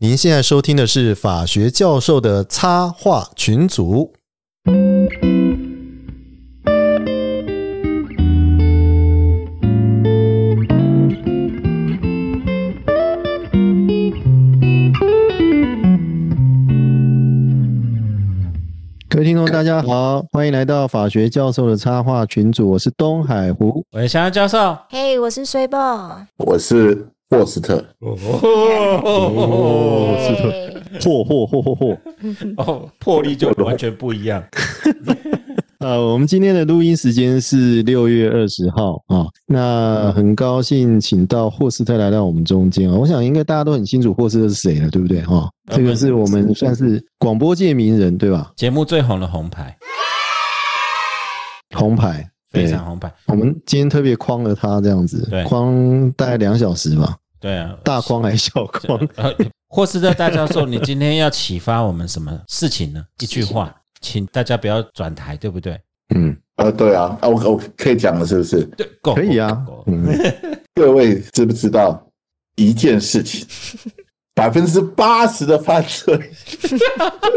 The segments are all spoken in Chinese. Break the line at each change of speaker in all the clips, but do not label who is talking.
您现在收听的是法学教授的插画群组。各位听众，大家好，欢迎来到法学教授的插画群组，我是东海湖。
我是香香教授。
嘿我是水豹。
我是霍斯特，
哦
哦是的，
的。
嚯嚯嚯嚯嚯！
哦，魄力就完全不一样。
呃，我们今天的录音时间是六月二十号啊、那很高兴请到霍斯特来到我们中间啊、我想应该大家都很清楚霍斯特是谁了，对不对哈、这个是我们算是广播界名人对吧？
节目最红的红牌，
红牌，
非
对
常红牌。
我们今天特别框了他这样子
对，
框大概两小时吧，
对啊，
大框还是小框？
呃，霍斯特大教授，你今天要启发我们什么事情呢？一句话，请大家不要转台，对不对？
嗯，
啊，对啊，啊，我我可以讲了，是不是？
对，够
可以啊
够，够
嗯，
各位知不知道一件事情？百分之八十的犯罪，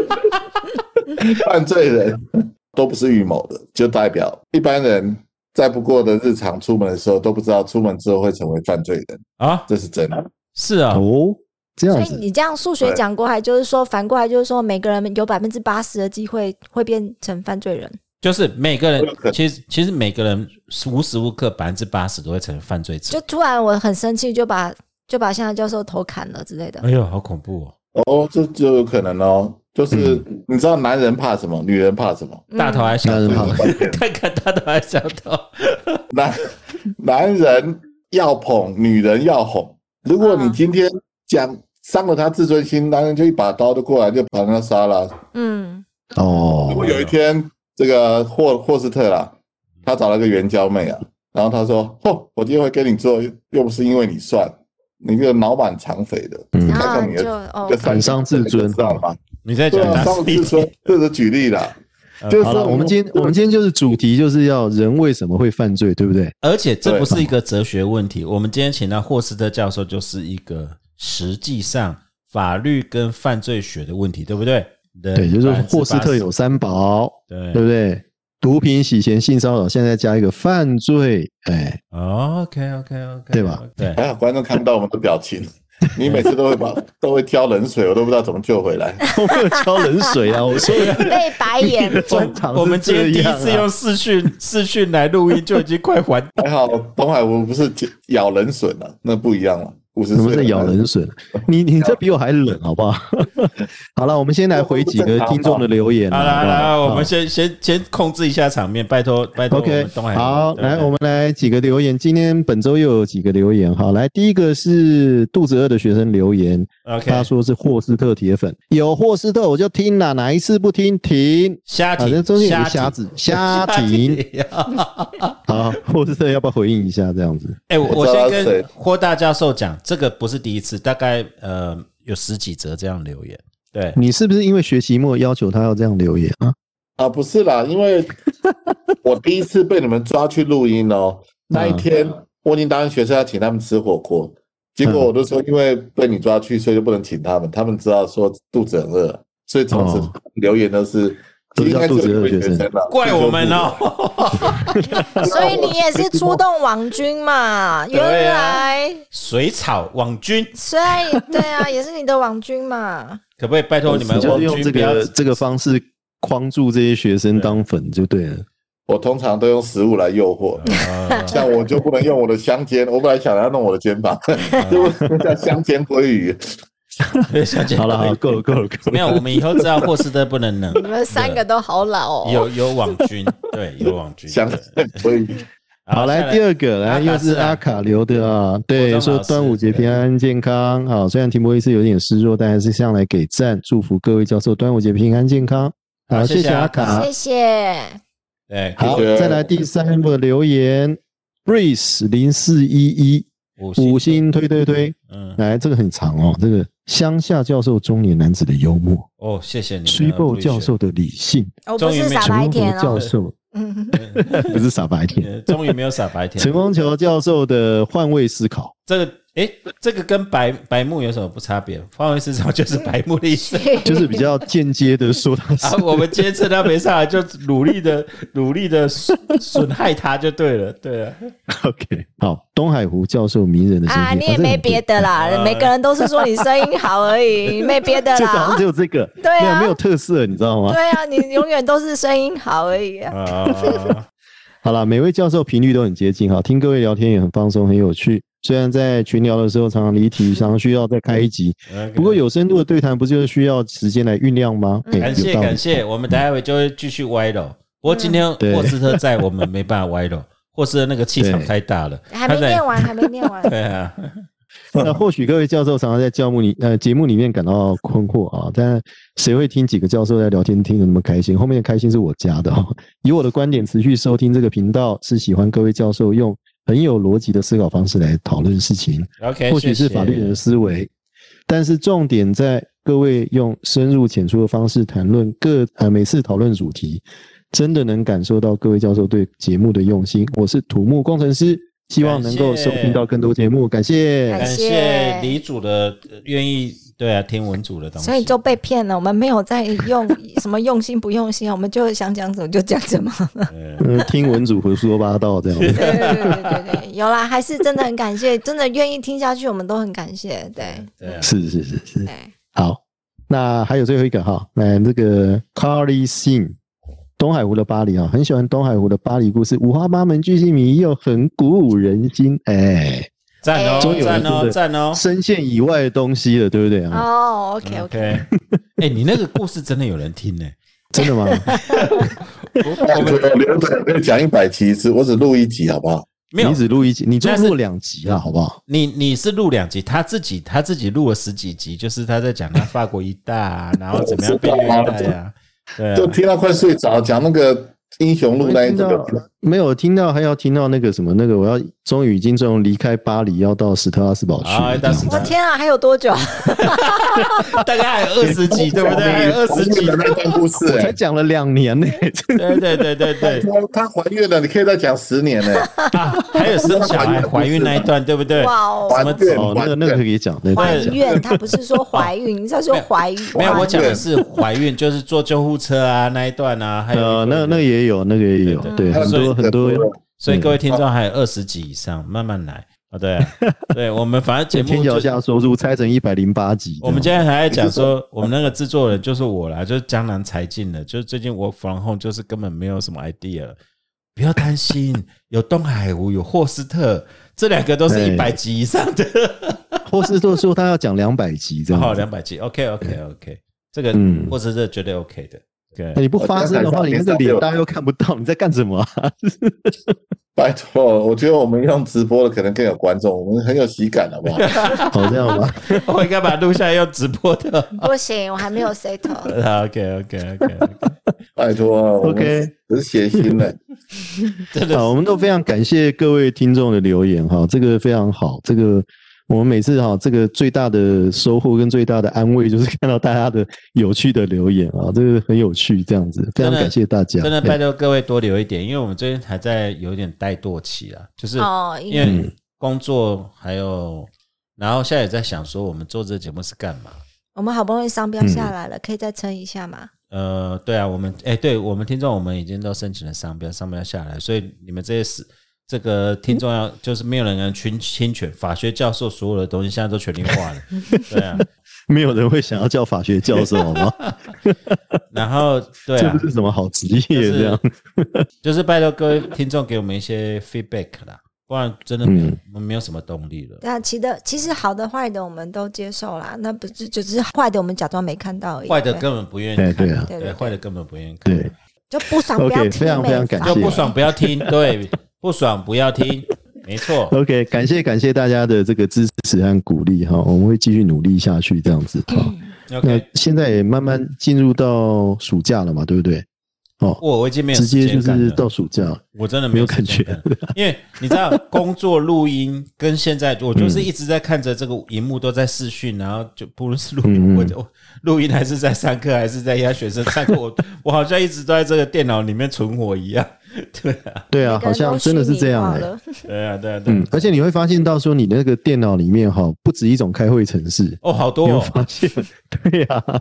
犯罪人都不是预谋的，就代表一般人在不过的日常出门的时候都不知道，出门之后会成为犯罪人，
啊，
这是真的。
是啊，
哦，这
所
样
以
子，
你这样数学讲过来，就是说反过来就是说，每个人有百分之八十的机会会变成犯罪人。
就是每个
我有可
人，
能
其实其实每个人无时无刻百分之八十都会成为犯罪者
就。突然我很生气，就把就把现在教授头砍了之类的
哎。呦，好恐怖哦！
哦，这就有可能哦。就是你知道男人怕什么，女人怕什么？
嗯
大头啊还小
男人
头，
怕
看看大头还小头。
男 男人要捧，女人要哄。如果你
嗯
今天讲伤了他自尊心，男人就一把刀就过来就把他杀了。
嗯，
如
哦
果有一天这个霍霍斯特啦，他找了个援交妹啊，然后他说：“哦，我今天会跟你做，又不是因为你帅，你这个脑满肠肥的，
嗯
然
看
后
看
你
你
就
的
哦
你的，三
很伤自尊
你知道 吗？
你在讲
对啊，
他
伤了自尊，这是举例啦。就是
呃好
说
了，我们今天我们今天就是主题就是要人为什么会犯罪，对不对？
而且这
对
不是一个哲学问题。我们今天请到霍斯特教授，就是一个实际上法律跟犯罪学的问题，对不对？
对，就是
人
霍斯特有三宝，
对
对不对？毒品、洗钱、性骚扰，现在加一个犯罪，哎，
OK OK OK，
对吧？
对，
还好哎观众看不到我们的表情，你每次都会把 都会挑冷水，我都不知道怎么救回来。
我没有浇冷水啊！我说
被白眼。
专场
我们今天
是
第
这
一
样啊
次用视讯视讯来录音，就已经快还
还好东海我不是咬人笋了、那不一样了。五十
什么
岁
是
了
咬人笋？你你这比我还冷，好不好？ 好了，我们先来回几个听众的留言啊。
好啦，
好
来
不
来，
好
我们先先先控制一下场面，拜托拜托我
OK，
们东海人。
好，
对不对
来我们来几个留言。今天本周又有几个留言，好，来第一个是肚子饿的学生留言，他
OK
说是霍斯特铁粉，有霍斯特我就听了，哪一次不听停。
瞎
反
停，
正中间有个
瞎
瞎
停
子， 瞎停。 好，霍斯特要不要回应一下这样子？
哎、我
我
我
知
先
道
跟
谁
霍大教授讲，这个不是第一次，大概呃有十几则这样留言。对，
你是不是因为学期末要求他要这样留言啊？
啊，不是啦，因为我第一次被你们抓去录音
嗯
哦，那一天我已经答应学生要请他们吃火锅，结果我就说因为被你抓去，所以就不能请他们，他们知道说肚子很饿，所以从此
哦
留言都是。
都是
应
叫
该
肚子饿的学
学
生
了，
怪我们哦。
所以你也是出动网军嘛？
对啊
原来，
水草网军，
虽然对啊，也是你的网军嘛。
可不可以拜托你们
哦就是
网
用这
军不要
个这个方式框住这些学生当粉就对了。
我通常都用食物来诱惑，
呃
像我就不能用我的香肩，我本来想要弄我的肩膀， 就叫香肩鲑鱼。
对小姐
好了，好，够了，够 了，够
没
了。
有，我们以后知道霍斯特不能冷。
你们三个都好老哦。
有有网军，对，有网军。
香
对
所以
好，来第二个，来
阿卡
又是
斯啊
阿卡留的啊，对，
国中
说
老师
端午节平安健康。好，虽然提莫医师有点失弱，但还是向来给赞，祝福各位教授端午节平安健康。好，
好谢谢
谢
啊
谢阿卡
谢。谢。
对，
好，
谢谢
再来第三个留言，Race 零四一一
五
五，星推推推，
嗯，
来这个很长哦，这个乡下教授中年男子的幽默，
哦，谢谢你们。
崔豹教授的理性，
我不是傻
陈
白
光
甜
头教
哦。
授
嗯，
不是傻白甜，
呃，终于没有傻白甜。
陈光球教授的换位思考。
这个哎，这个跟白白目有什么不差别？换位思考就是白目的意思。
就是比较间接的说他是
啊，我们今天趁他没上来，就努力的、 努力的损损害他就对了，对啊。
OK。好，东海湖教授迷人的声音
啊，你也没别
的，
的啦，
啊
每个人都是说你声音好而 已，没别的
这个好
啦
像只。有这个，
对啊
没有没有特色，你知道吗？
对啊，你永远都是声音好而已啊。
啊，
好啦，每位教授频率都很接近哈，听各位聊天也很放松，很有趣。虽然在群聊的时候常常离题，常常需要再开一集，不过有深度的对谈不就是需要时间来酝酿吗？哎
嗯感谢
有道理
感谢，我们待会就会继续歪楼。不过今天
对
霍斯特在，我们没办法歪楼， 霍斯特那个气场
对
太大了，
还没
嗯 他在
念完，还没念完。
对啊，
那或许各位教授常常在教目里呃节目里面感到困惑啊，但谁会听几个教授在聊天听得那么开心？后面的开心是我加的、哦。 以我的观点，持续收听这个频道是喜欢各位教授用很有逻辑的思考方式来讨论事情，
OK，
或许是法律人的思维，但是重点在各位用深入浅出的方式谈论各呃每次讨论主题，真的能感受到各位教授对节目的用心。我是土木工程师。希望能够
感谢
收听到更多节目，感谢。
感
感
谢
谢李主的呃愿意，对啊，听文主的东西，
所以就被骗了，我们没有在用什么用心不用心啊，我们就想讲什么就讲 什么。
嗯
嗯，听文主胡说八道这样
对
子。
对对对对对，有啦，还是真的很感谢，真的愿意听下去，我们都很感谢。对
对啊，
是是是是，
对，
好，那还有最后一个哈，那这个 Carly Singh，东海湖的巴黎啊，很喜欢东海湖的巴黎故事，五花八门，巨细靡遗又很鼓舞人心，哎，
赞
终
哦，
于有人
赞哦，
对
赞哦
深陷以外的东西了，对不对啊？
哦，OK OK，
，OK，哎，你那个故事真的有人听呢，
真的吗？
我我
我
们
留着那讲一百集一次，我只录一集好不好？
没有
你。只录一集，你就
但是
录两集啊，好不好？
你你是录两集，他自己他自己录了十几集，就是他在讲他法国一大、啊，然后怎么样被虐待啊，对啊，
就听到快睡着，讲那个英雄路那一
听
集
到没有听到，还要听到那个什么那个，我要终于已经终于离开巴黎，要到斯特拉斯堡去
啊
了。这哦
到
样
斯
子
特
我天啊，还有多久？
大概还有二十集，对不对？ 还有二十集
的，那段故事、
才
哎，
讲了两年呢，真的
对对对对对，
她怀孕了，你可以再讲十年哎呢、
啊，还有生小孩、怀孕那一段，对不对？
哇哦，
怀
对
孕，
哦，那
怀
个
孕
那个可以讲，那个可
怀
以讲。
孕，他不是说怀孕，他说怀孕。
没有，我讲
对
的是怀孕，就是坐救护车啊那一段啊，还 有
呃，那那也有，那个也有，
对
对，
还有
很多
那个
很多
所以各位听众还有二十集以上，慢慢来啊。对啊，对，我们反 正节
天
目
桥
就
下说书拆成一百零八集，
我们
这
今天还在讲说，我们那个制作人就是我啦，就是江南才尽了，就是最近我 from home 就是根本没有什么 idea 了。不要担心，有东海湖，有霍斯特，这两个都是
对
一百集以上的，
样或是说说他要讲两百集这
好，
样子。
两百集，OK OK OK，这个
嗯
霍斯特绝对 OK 的
那
，OK，
你不发声的话，
我
你
今天
那个脸大家又看不到，你在干什么啊？
拜托，我觉得我们用直播的可能更有观众，我们很有喜感，好 不好？
哦好这样吧，
我应该把它录下来用直播的。
不行，我还没有 settle。
OK OK OK，
拜托我们
OK
只是谐 星呢、
真的
好，我们都非常感谢各位听众的留言哈，这个非常好，这个。我们每次哈，这个最大的收获跟最大的安慰就是看到大家的有趣的留言啊，这个很有趣，这样子非常
真的
感谢大家。哎
真的
对
拜托各位多留一点，因为我们最近还在有一点怠惰期啊，就是
哦
因
嗯
为工作还有，然后现在也在想说我们做这个节目是干嘛？
我们好不容易商标下来
嗯
了，可以再撑一下吗？
呃，对啊，我们哎，对我们听众，我们已经都申请了商标，商标下来，所以你们这些是这个听众 要就是没有人能侵侵权，法学教授所有的东西现在都权利化 了，对啊，
没有人会想要叫法学教授，好吗？
然后 对
这
啊
不，是什么好职业，
就是
这样。
就是拜托各位听众给我们一些 feedback 啦，不然真的没有、
嗯
我们没有什么动力了。
那其的其实好的坏的我们都接受啦，那不是就只是坏的我们假装没看到而已。
坏的
对
根本不愿意
哎
看，
对啊
对对对
坏的根本不愿意看，
对，
就不爽不要
OK，
听，
非常非常
没
感
法
谢
就哦不爽不要 听，对，不爽不要听，没错。
OK，感谢感谢大家的这个支持和鼓励哈，我们会继续努力下去这样子。好，那
嗯 OK，
现在也慢慢进入到暑假了嘛，对不对？哦，
我我已经没有
直接
时
就
间感
是
了
到暑假了，
我真的
没
没
有
有
感
时
觉
间看，因为你知道工作录音跟 现在，我就是一直在看着这个荧幕都在视讯，然后就不论是录
嗯嗯
音，我就录 音还是在上课，还是在压学生上课，我我好像一直都在这个电脑里面存活一样。对啊，
对啊，好
每个人都
像真的是这样
虚拟化
哎、
了。
对啊，对啊，对啊
嗯，而且你会发现到说，你那个电脑里面哈，不止一种开会程式，
哦，好多
你会
哦，
发现，对 呀、啊，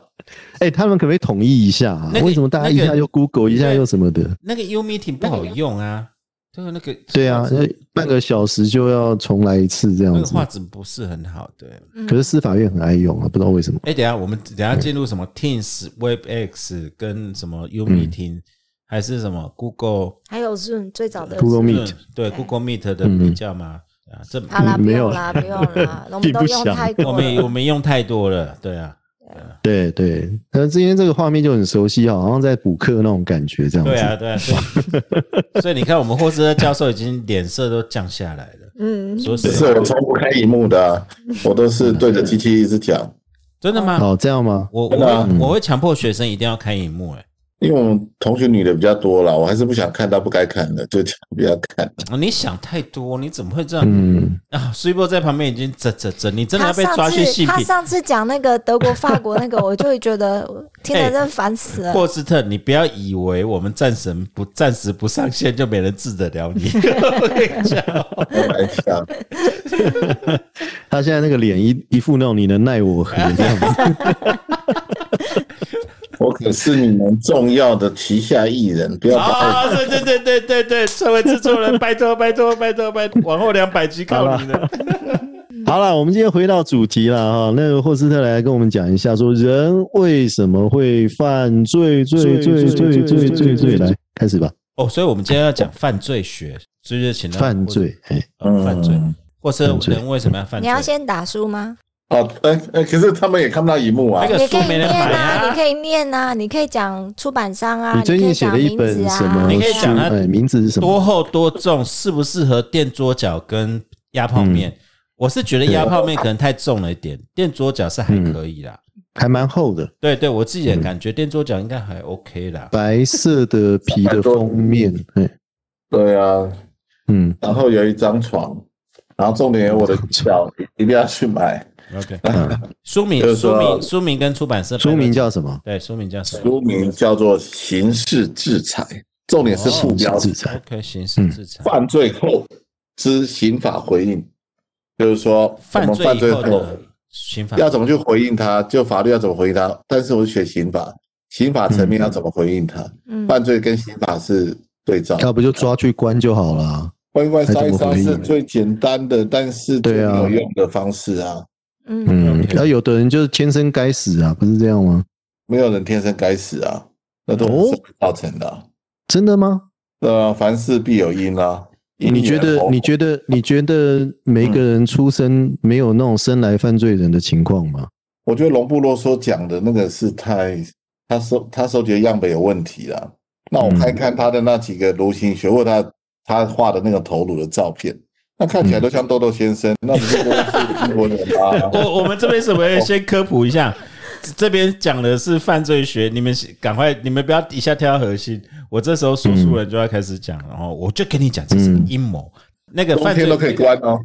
哎、他们可不可以统一一下、啊？
那个
为什么大家一
那
下
个
又 Google，一下又什么的？
那个 U Meeting 不好用啊，对啊，那个
对啊，那半个小时就要重来一次这
那
样
个
子。
画质不是很好，对。
可是司法院很爱用啊，不知道为什么。
哎，等一下我们等一下进入什么 Teams、WebEx 跟什么 U
嗯
Meeting，还是什么 Google
还有 Zoom 最早的
Google
Zoom
Meet
对 Google Meet 的
嗯
比较嘛？啊，这嗯
好啦，
嗯
不
没
用
有
啦，不用 啦，我们
并
都
不
用
想
太
我
多
们我
了。
们用太多了，对啊，
对对，那之前这个画面就很熟悉啊，好像在补课那种感觉这样子。
对啊，对啊，所 以所以你看，我们霍斯特教授已经脸色都降下来了。
嗯，
说
只
实
是
话，
我从不开荧幕的啊、我都是对着机器一直讲，
真的吗？
哦，这样吗？
我我
真的啊
嗯
会我会强迫学生一定要开荧幕、欸，
因为我们同学女的比较多啦，我还是不想看到不该看的，就讲不要看。
哎，你想太多，你怎么会这样、
嗯，
啊？苏一波在旁边已经啧啧啧，你真的
他
要被抓
上
去
次
性
他
平。
上次讲那个德国、法国 那个，我就会觉得听
哎
得真烦死了。
霍斯特，你不要以为我们战神不暂时不上线就没人治得了你。我跟你讲
开玩 笑，
他现在那个脸一一副那种你能奈我何这样子。
我可是你们重要的旗下艺人，不要把我。
啊，对对对对对对，身为制作人，拜托拜托拜托拜托，往后两百集靠你了。
好了，我们今天回到主题了哈。那个霍斯特来跟我们讲一下，说人为什么会犯罪？罪罪罪罪罪罪，来开始吧。
哦，所以我们今天要讲犯罪学，所以就请到
犯罪，哎，
呃犯罪
嗯，
或是
犯罪
人为什么要犯
你
罪？
要先打书吗？
哦，哎、哎，可是他们也看不到荧幕啊
那。个
你可
书
以
没人
念
买
啊，你
啊。
可以念啊，你可以讲出版商啊，
你最
可以
近写
讲
了一
名
本
字啊，
什么
你可以
书？
讲它
哎，名字是什
多
么？
厚多重，适不适合垫桌脚跟压泡面？我是觉得压泡面可能太重了一点，垫桌脚是还可以啦。
还蛮厚的，
对对，我自己的感觉垫桌脚应该还 OK 啦。
白色的皮的封面，哎，
对啊，
嗯，
然后有一张床，然后重点有我的票一定要去买，
OK，
嗯
书
就
名
是
书
说
名书名跟出版社
书名
叫
叫什么？
对书名叫什么
书名叫做《刑事制裁》，重点是
刑
副
事
哦
标题
制裁。
？OK，刑事制裁。
犯罪后之刑法回应，就是说我
犯
们犯
罪
罪
以后
后
的刑法
要怎么去回应他，就法律要怎么回应他。但是我学刑法，刑法层面要怎么回应他，
嗯，
犯罪跟刑法是对照。
要不就抓去关就好了。
关关杀一杀
还怎么
是
回应
最简单的，但是最
对啊
没有用的方式啊！
嗯，
嗯，
OK？
然后有的人就是天生该死啊，不是这样吗？
没有人天生该死啊，那都
哦
是社会造成的啊、
真的吗？
呃，凡事必有因啊。因
你觉
缘啊
得
和？
你觉得？你觉得每一个人出生没有那种生来犯罪人的情况吗？
我觉得龙布洛所讲的那个是太他收他收集的样本有问题啦。那我看一看他的那几个流行学，或他他画的那个头颅的照片，那看起来都像豆豆先生，那不是都是英国人吗
我我们这边是不是先科普一
哦
下？这这边讲的是犯罪学，你们赶快，你们不要一下跳到核心。我这时候说书人就要开始讲了哦，然后我就跟你讲，这是个阴谋。那个
冬
犯
天
罪
都可以关哦。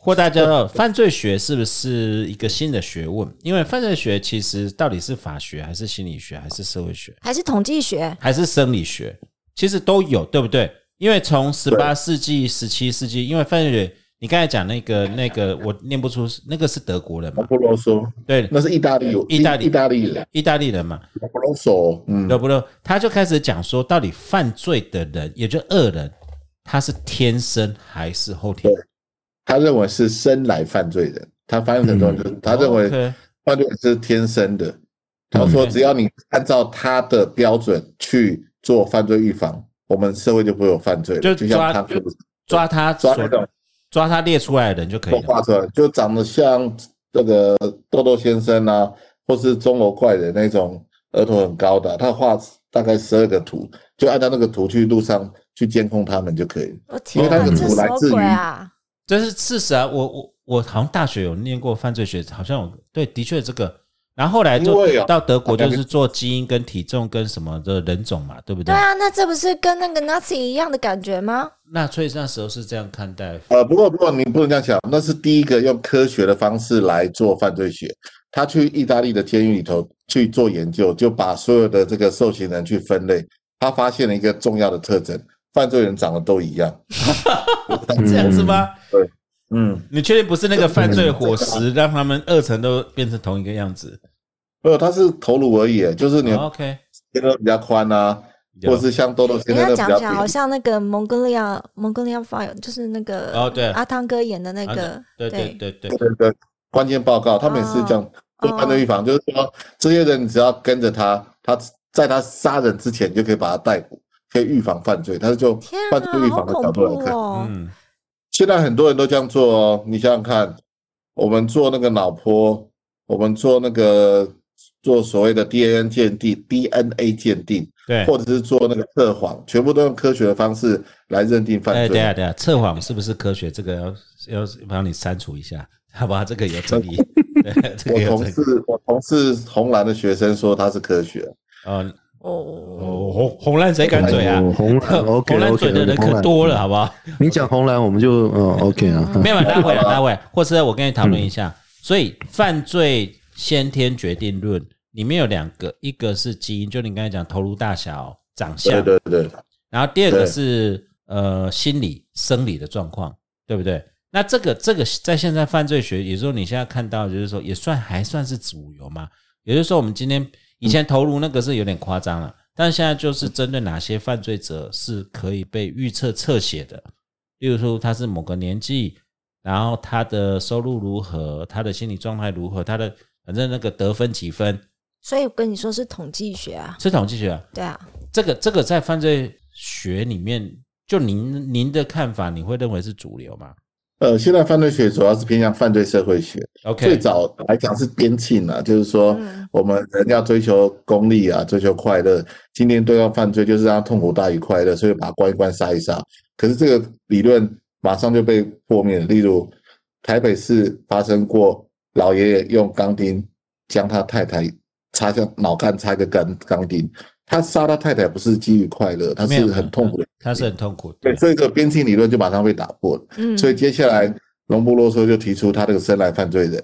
或大家知道，犯罪学是不是一个新的学问？因为犯罪学其实到底是法学，还是心理学，还是社会学，
还是统计学，
还是生理学，其实都有，对不对？因为从十八世纪、十七世纪，因为犯罪学，你刚才讲那个那个，我念不出，那个是德国人嘛
龙？布洛说
对，
哦那是意大利，
意大利
意大利人，
意大利人嘛，
龙布洛说，嗯，
对不对？他就开始讲说，到底犯罪的人，也就恶人，他是天生还是后天？
他认为是生来犯罪人，他翻译成中文就是他认为
哦 OK
犯罪是天生的。他说，只要你按照他的标准去做犯罪预防，我们社会就不会有犯罪了。
就
就像
抓
他
就抓他
抓
所
那种
抓他列出来的人就可以
动画
了。
出来，就长得像那个豆豆先生啊，或是钟楼怪人那种额头很高的，啊他画大概十二个图，就按照那个图去路上去监控他们就可以了。
我天
因为
哪，
它是
这
古
什
来
么
自于
鬼啊？
这是事实啊！我我我好像大学有念过犯罪学，好像有对，的确这个。然后后来
因
就
为啊
到德国，就是做基因跟体重跟什么的人种嘛，对不
对
对？
啊，那这不是跟那个 Nazi 一样的感觉吗？
那所以那时候是这样看待
呃，不过不过你不能这样想，那是第一个用科学的方式来做犯罪学。他去意大利的监狱里头去做研究，就把所有的这个受刑人去分类。他发现了一个重要的特征，犯罪人长得都一样。
这样子吗？
嗯，
你确定不是那个犯罪伙食让他们二层都变成同一个样子
没有，他是头颅而已，就是你
哦？OK，
肩都比较宽啊，嗯或者是像豆豆
人
现在
家
的
讲
比较
起来好
扁。
像那个蒙哥利亚蒙哥利亚 fire 就是那个
哦对
阿汤哥演的那
啊
个
对对对对，
对对，关键报告，他们也是这
哦
样做犯罪预防，就是说这些人你只要跟着他，他在他杀人之前你就可以把他逮捕，可以预防犯罪。他就
天
犯罪
啊，
预
好
防的角
恐
度来
怖
看，
哦！
嗯，
现在很多人都这样做哦。你想想看，我们做那个脑波，我们做那个做所谓的 DNA 鉴定、DNA 鉴定，
对。
或者是做那个测谎，全部都用科学的方式来认定
哎，
犯
等一下
罪。
等一下，测谎是不是科学？这个要要帮你删除一下，好吧？这个有争 议，对这
我
个有
同
争议。
事，我同事红蓝的学生说他是科学，
哦
哦，
哦，红红蓝谁敢嘴啊
哦
哎呦？红蓝 OK
红蓝
OK，
嘴的人可多了，好不 好？
你讲红蓝，我们就嗯 OK 啊，嗯
没有，待会来，待 会，啊或是我跟你讨论一
嗯
下。所以，犯罪先天决定论里面有两个，一个是基因，就你刚才讲头颅大小、长
对
相，
对对，
然后第二个
对
是呃心理生理的状况，对不对？那这个这个在现在犯罪学，也就是说你现在看到，就是说也算还算是主流嘛。也就是说，我们今天以前投入那个是有点夸张了，但现在就是针对哪些犯罪者是可以被预测侧写的，例如说他是某个年纪，然后他的收入如何，他的心理状态如何，他的反正那个得分几分
所以我跟你说是统计学啊，
是统计学、啊，
对啊，
这个这个在犯罪学里面，就您您的看法，你会认为是主流吗
呃，现在犯罪学主要是偏向犯罪社会学，最
？OK，
早来讲是边沁啊，就是说
嗯
我们人要追求功利啊，追求快乐。今天对抗犯罪就是让他痛苦大于快乐，所以把他关一关杀一杀。可是这个理论马上就被破灭了。例如台北市发生过老爷爷用钢钉将他太太插向脑干插一个钢钢钉，他杀他太太不是基于快乐，他
没
是
有
很痛苦的。
他是很痛苦，
对，所以这个边沁理论就马上被打破了。
嗯，
所以接下来隆布洛说就提出他这个生来犯罪人，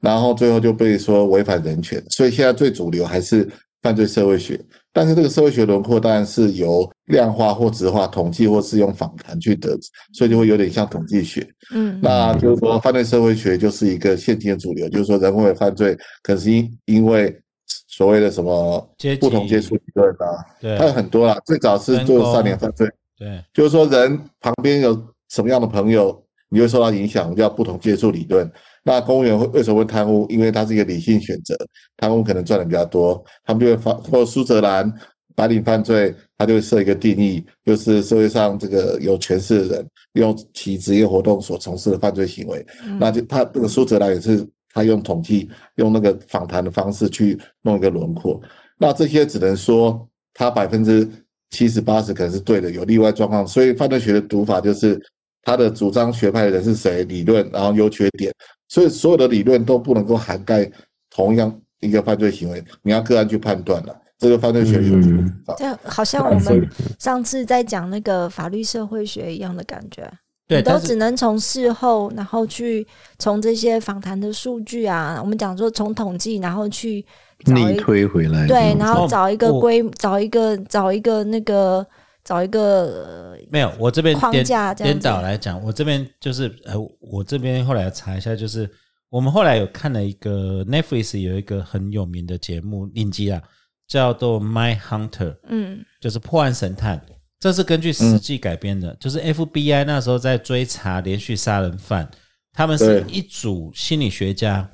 然后最后就被说违反人权，所以现在最主流还是犯罪社会学，但是这个社会学轮廓当然是由量化或质化统计或是用访谈去得知，所以就会有点像统计学。
嗯，
那就是说，犯罪社会学就是一个现今的主流，就是说人会犯罪，可是因因为所谓的什么
阶级
不同接触理论啊，
对
还有很多啦，最早是
分
做
工
少年犯罪。
对
就是说人旁边有什么样的朋友，你会受到影响，叫不同接触理论。那公务员会为什么会贪污？因为它是一个理性选择，贪污可能赚的比较多，他们就会发或苏泽兰白领犯罪，他就会设一个定义，就是社会上这个有权势的人用其职业活动所从事的犯罪行为。
嗯
那就他这个苏泽兰也是他用统计用那个访谈的方式去弄一个轮廓。那这些只能说他百分之七十八十可能是对的，有例外状况。所以犯罪学的读法就是他的主张学派的人是谁，理论，然后优缺点。所以所有的理论都不能够涵盖同样一个犯罪行为，你要个案去判断了。这个犯罪学有
嗯
地方
这好像我们上次在讲那个法律社会学一样的感觉，
对，
你都
但是
只能从事后，然后去从这些访谈的数据啊，我们讲说从统计，然后去找
逆
一
推回来，
对，然后
哦
找一个
我
规，找一个找一个那个找一个
没有，我这边
框
颠
架这样
颠
子
倒来讲，我这边就是呃，我这边后来查一下，就是我们后来有看了一个 Netflix 有一个很有名的节目影集啊，叫做《My Hunter》，
嗯
就是破案神探，这是根据
嗯
实际改编的，就是 FBI 那时候在追查连续杀人犯，他们是
对
一组心理学家，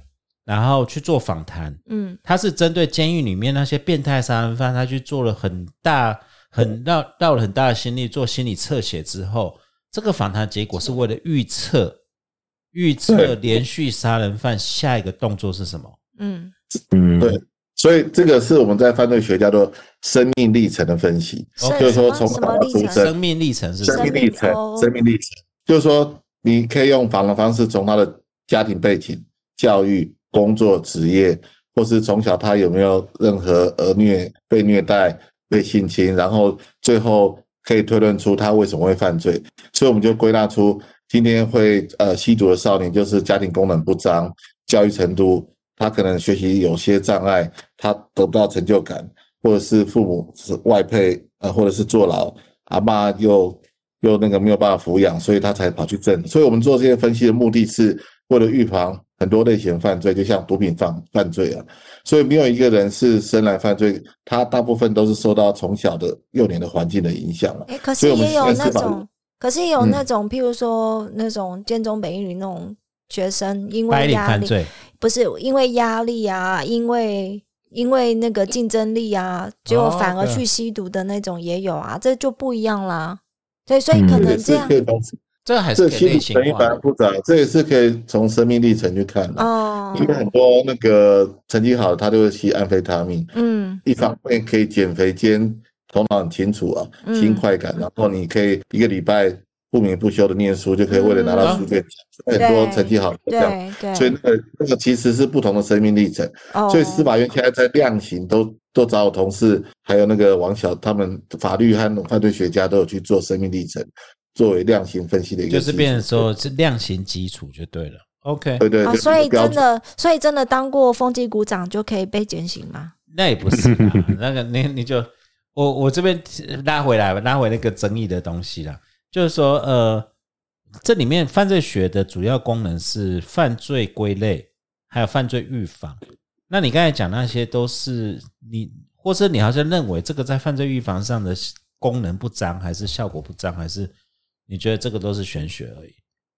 然后去做访谈，
嗯
他是针对监狱里面那些变态杀人犯，他去做了很大、很绕绕了很大的心力做心理侧写之后，这个访谈结果是为了预测预测
对
连续杀人犯下一个动作是什么。
嗯
嗯，
对所以这个是我们在犯罪学叫做生命历程的分析，
是
就是说
什么
从
什
宝
么
宝
历
出
程
生
生命历程是什
生
么
命？历程
哦，
生命历程，就是说你可以用访谈方式从他的家庭背景、教育、工作、职业，或是从小他有没有任何儿虐、被虐待、被性侵，然后最后可以推论出他为什么会犯罪。所以我们就归纳出今天会呃吸毒的少年，就是家庭功能不彰、教育程度，他可能学习有些障碍，他得不到成就感，或者是父母是外配，呃，或者是坐牢，阿爸又又那个没有办法抚养，所以他才跑去证。所以我们做这些分析的目的是为了预防很多类型的犯罪，就像毒品犯犯罪啊。所以没有一个人是生来犯罪，他大部分都是受到从小的幼年的环境的影响了。
哎、可是
所以我们
也有
现在
那
是把
种，可是也有那
嗯
种，譬如说那种建中北一女那种学生，因
白
为
领
压
犯
力，
罪，
不是因为压力啊，因为因为那个竞争力啊，结果
哦
反而
对
去吸毒的那种也有啊，这就不一样啦。对，所以
嗯
可
这也
能
是
这样
可，以从
这还是
这
给
心
类
理
型
成因
化
繁
的。
复杂，这也是可以从生命历程去看的。
哦，
因为很多那个成绩好的，他就会吸安非他命，
嗯
一方面可以减肥兼头脑很清楚啊，
嗯
新快感，然后你可以一个礼拜不眠不休的念书，就可以为了拿到数学，很多成绩好这样。
对嗯对，
所以那个那个其实是不同的生命历程，
哦
所以司法院现在在量刑都都找我同事，还有那个王晓他们法律和犯罪学家都有去做生命历程作为量刑分析的一个
就
基础，
是变成说是量刑基础就对了。OK，
对对，
哦，
就是
所以
标
真
准
的，所以真的当过风纪股长就可以被减刑吗？
那也不是啦， 那个你你就我我这边拉回来吧，拉回那个争议的东西啦，就是说呃，这里面犯罪学的主要功能是犯罪归类，还有犯罪预防。那你刚才讲那些都是你，或是你好像认为这个在犯罪预防上的功能不彰，还是效果不彰，还是你觉得这个都是玄学而已？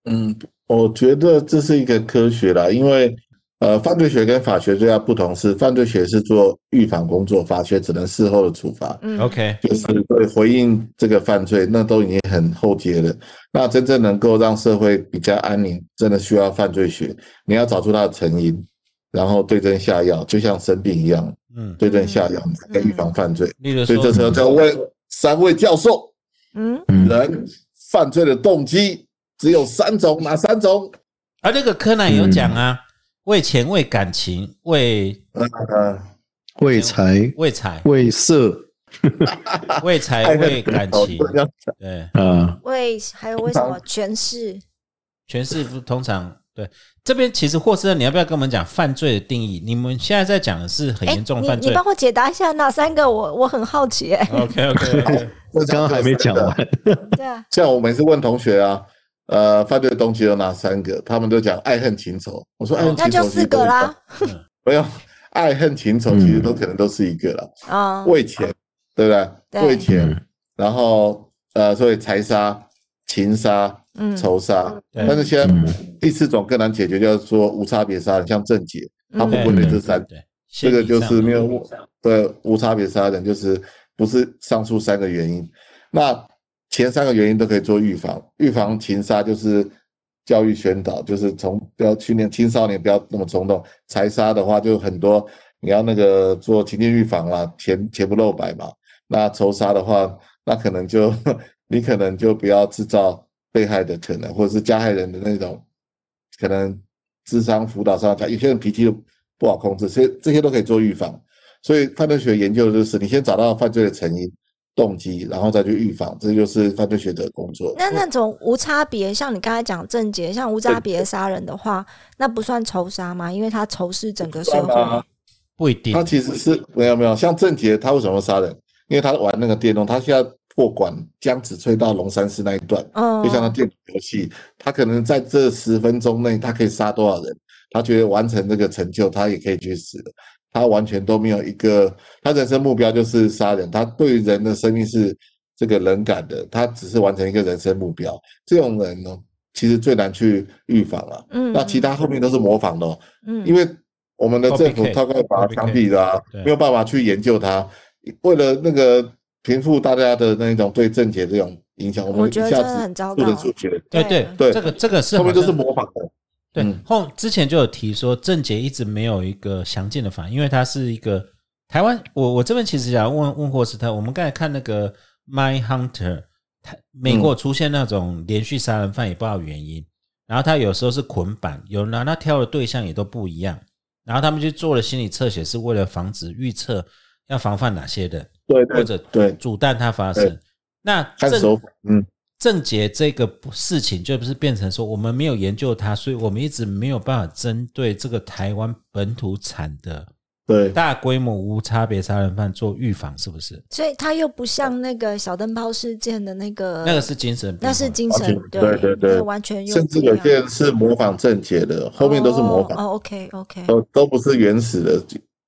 嗯，我觉得这是一个科学啦，因为呃，犯罪学跟法学最大不同是，犯罪学是做预防工作，法学只能事后的处罚，
嗯
OK，
就是对回应这个犯罪，那都已经很后阶了。那真正能够让社会比较安宁，真的需要犯罪学，你要找出它的成因，然后对症下药，就像生病一样，
嗯，
对症下药，你才可以预防犯罪。
例如
所以这时候
说，
就要问三位教授，
嗯，
嗯
人犯罪的动机只有三种，哪三种？
而这个柯南有讲啊，为钱、为感情、为
呃，
为财、
为财、
为色
为财、为感情，对，
啊，
为还有为什么权势？
全是通常对。这边其实霍斯特，你要不要跟我们讲犯罪的定义？你们现在在讲的是很
哎，
严重
你
犯
你
罪。
帮我解答一下哪三个？我我很好奇、哎，
OK OK，
刚
刚
刚还没讲完。
对啊，
像我每次问同学啊，呃，犯罪的动机有哪三个？他们都讲爱恨情仇。我说爱恨
那
情
就
仇其
四
实都
个
一样
啦，。
没有，爱恨情仇其实都可能都是一个啦。
啊、
为钱，对不对？
对
为钱
嗯，
然后呃，所以财杀、情杀、
嗯
仇杀。
对
但是现
嗯
在第四种更难解决，叫做无差别杀人，像郑杰，他不
嗯
归类这三
对，
这个就是没有对呃无差别杀人，就是不是上述三个原因。那前三个原因都可以做预防，预防情杀就是教育宣导，就是从不要训练青少年不要那么冲动。财杀的话，就很多你要那个做情境预防啦，钱钱不露白嘛。那仇杀的话，那可能就 你可能就不要制造被害的可能，或者是加害人的那种可能智商辅导上，有些人脾气就不好控制，这些这些都可以做预防。所以犯罪学研究的就是你先找到犯罪的成因、动机，然后再去预防，这就是犯罪学者的工作。
那那种无差别，像你刚才讲郑杰，像无差别杀人的话，那不算仇杀吗？因为他仇视整个社
算啊
会
吧。
不一定
他。其实是没有没有，像郑杰他为什么杀人？因为他玩那个电动，他现在破管江子翠到龙山寺那一段，
嗯
就像他电子游戏，他可能在这十分钟内，他可以杀多少人？他觉得完成这个成就，他也可以去死的。他完全都没有一个，他人生目标就是杀人，他对人的生命是这个冷感的，他只是完成一个人生目标。这种人呢，其实最难去预防啊。
嗯
那其他后面都是模仿的、哦，
嗯，
因为我们的政府
Copycat，
大概把它枪毙的啊
copycat，对，
没有办法去研究它。为了那个平复大家的那种对政界这种影响，
我
们一
觉得
下
真的
子
很糟
不能
糕
主角，
对
对
对
对
这个这个是
后面都
好
是
像
模仿的。
对
嗯，
后之前就有提说，郑杰一直没有一个详尽的反应，因为他是一个台湾。我我这边其实想问问霍斯特，我们刚才看那个《My Hunter》，他美国出现那种连续杀人犯，也不知道原因。然后他有时候是捆绑，有人他挑的对象也都不一样。然后他们去做了心理测写，是为了防止预测要防范哪些人，
对
或
对
者
对，
阻断它发生
对。
那
看
郑
手法，嗯，
症结这个事情，就不是变成说我们没有研究它，所以我们一直没有办法针对这个台湾本土产的
对，
大规模无差别杀人犯做预防是不是？
所以他又不像那个小灯泡事件的那个，
那个是精神病
那
患，
是精
完
神
全，对对对
那个完全又
甚至
不一
有
样
些人是模仿正解的，后面都是模仿，嗯
哦，OK OK，
都都不是原始的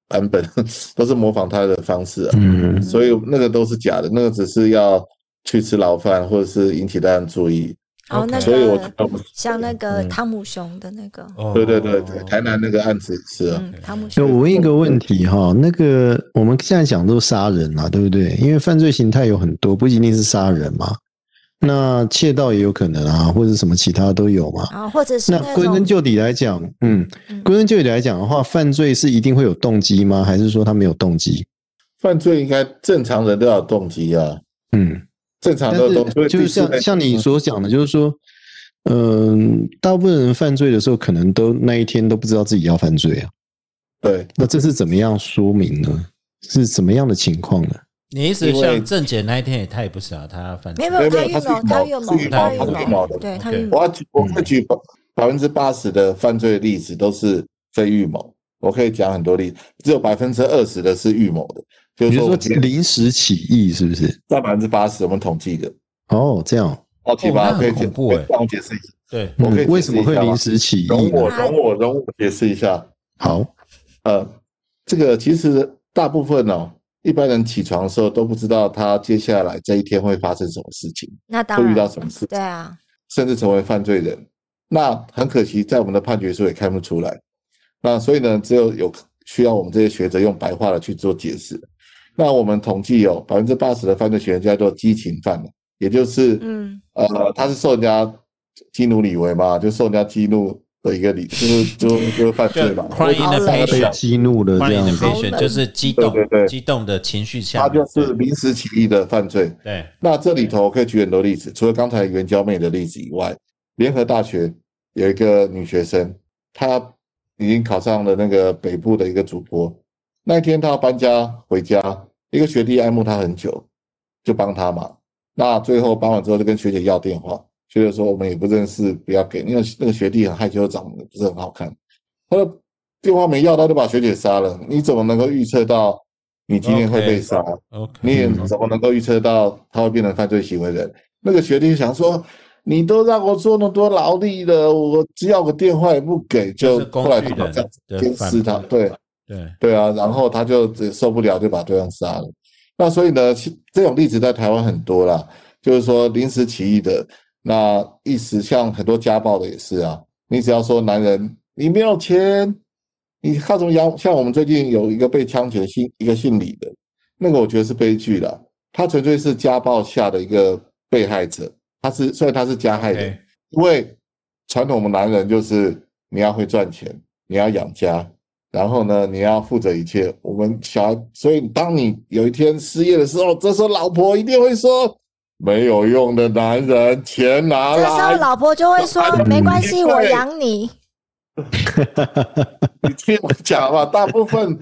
版本， 都是模仿他的方式啊。
嗯，
所以那个都是假的，那个只是要去吃牢饭或者是引起大家注意。
然后那
所以我觉
个
得我们
像那个
嗯
汤姆熊的那个，
哦
对对对对，台南那个案子也是啊，
嗯，汤姆
那
熊
我问一个问题哈，那个我们现在讲都是杀人啊，对不对？因为犯罪形态有很多，不一定是杀人嘛。那窃盗也有可能啊，或者什么其他都有嘛。
啊，或者是
那归根
种
究底来讲，嗯，
嗯
归根究底来讲的话，犯罪是一定会有动机吗？还是说他没有动机？
犯罪应该正常人都要有动机啊，
嗯，
正常
但
人啊都有动
是
机。所以
就是
第四类
像像你所讲的，就是说，嗯、大部分人犯罪的时候，可能都那一天都不知道自己要犯罪啊。
对
那这是怎么样说明呢？是怎么样的情况呢？
你意思
因为
像郑姐那一天也，他也不晓得他要犯
没
罪
有没有
没
他
有
预
他是
谋，他预
预谋
谋，
谋
他
是预他是预谋的
对他
OK
预
我
谋，
要举我会举百百分之八十的犯罪例子都是非预谋，我可以讲很多例子，只有百分之二十的是预谋的，
比
比如说
如说
我们今天
临时起意是不是？
占百分之八十我们统计的，
哦，这样，
好奇
哦那
吧？
很
可以解
恐怖欸
帮我解释一下，
对，
我可以
嗯为
解
什
释
么
一
会
下吗
临时起意
容
呢？
我容我容我解释一下。
好，
呃，这个其实大部分哦，一般人起床的时候都不知道他接下来这一天会发生什么事情，
那当
会遇到
然，
什么事，
对啊，
甚至成为犯罪人。那很可惜，在我们的判决书也看不出来。那所以呢，只有有需要我们这些学者用白话的去做解释。那我们统计有百分之八十的犯罪学员叫做激情犯，也就是
嗯，
呃，他是受人家激怒李维嘛，就受人家激怒的一个理，就是就就是犯罪嘛。
欢迎的
他
培
被
训，
激怒了
欢
这
迎
样
的
子
培，训就是激动
对对对
激动的情绪下
他
面，
就是临时起意的犯罪。
对
那这里头可以举很多例子，除了刚才援交妹的例子以外，联合大学有一个女学生，她已经考上了那个北部的一个主播。那一天她要搬家回家，一个学弟爱慕她很久，就帮她嘛。那最后帮完之后就跟学姐要电话，学姐说我们也不认识，不要给，因为那个学弟很害羞，长得不是很好看。他的电话没要到就把学姐杀了，你怎么能够预测到你今天会被杀？
，OK，
你也
嗯
怎么能够预测到他会变成犯罪行为人？那个学弟想说，你都让我做那么多劳力了，我只要个电话也不给，就
就是工
后来
具
他
人
好像
的
监
反
视他，
叛
对
对
对啊，然后他就只受不了，就把对方杀了。那所以呢，其这种例子在台湾很多啦，就是说临时起意的，那一时像很多家暴的也是啊，你只要说男人你没有钱，你靠什么养？像我们最近有一个被枪决姓一个姓李的，那个我觉得是悲剧了，他纯粹是家暴下的一个被害者，他是虽然他是加害人，
，OK，
因为传统的男人就是你要会赚钱，你要养家，然后呢，你要负责一切。我们小孩，所以当你有一天失业的时候，这时候老婆一定会说：“没有用的男人，钱拿
这时候
来，
老婆就会说
哎嗯
没关系，
对
我养你，
你听我讲吧。”大部分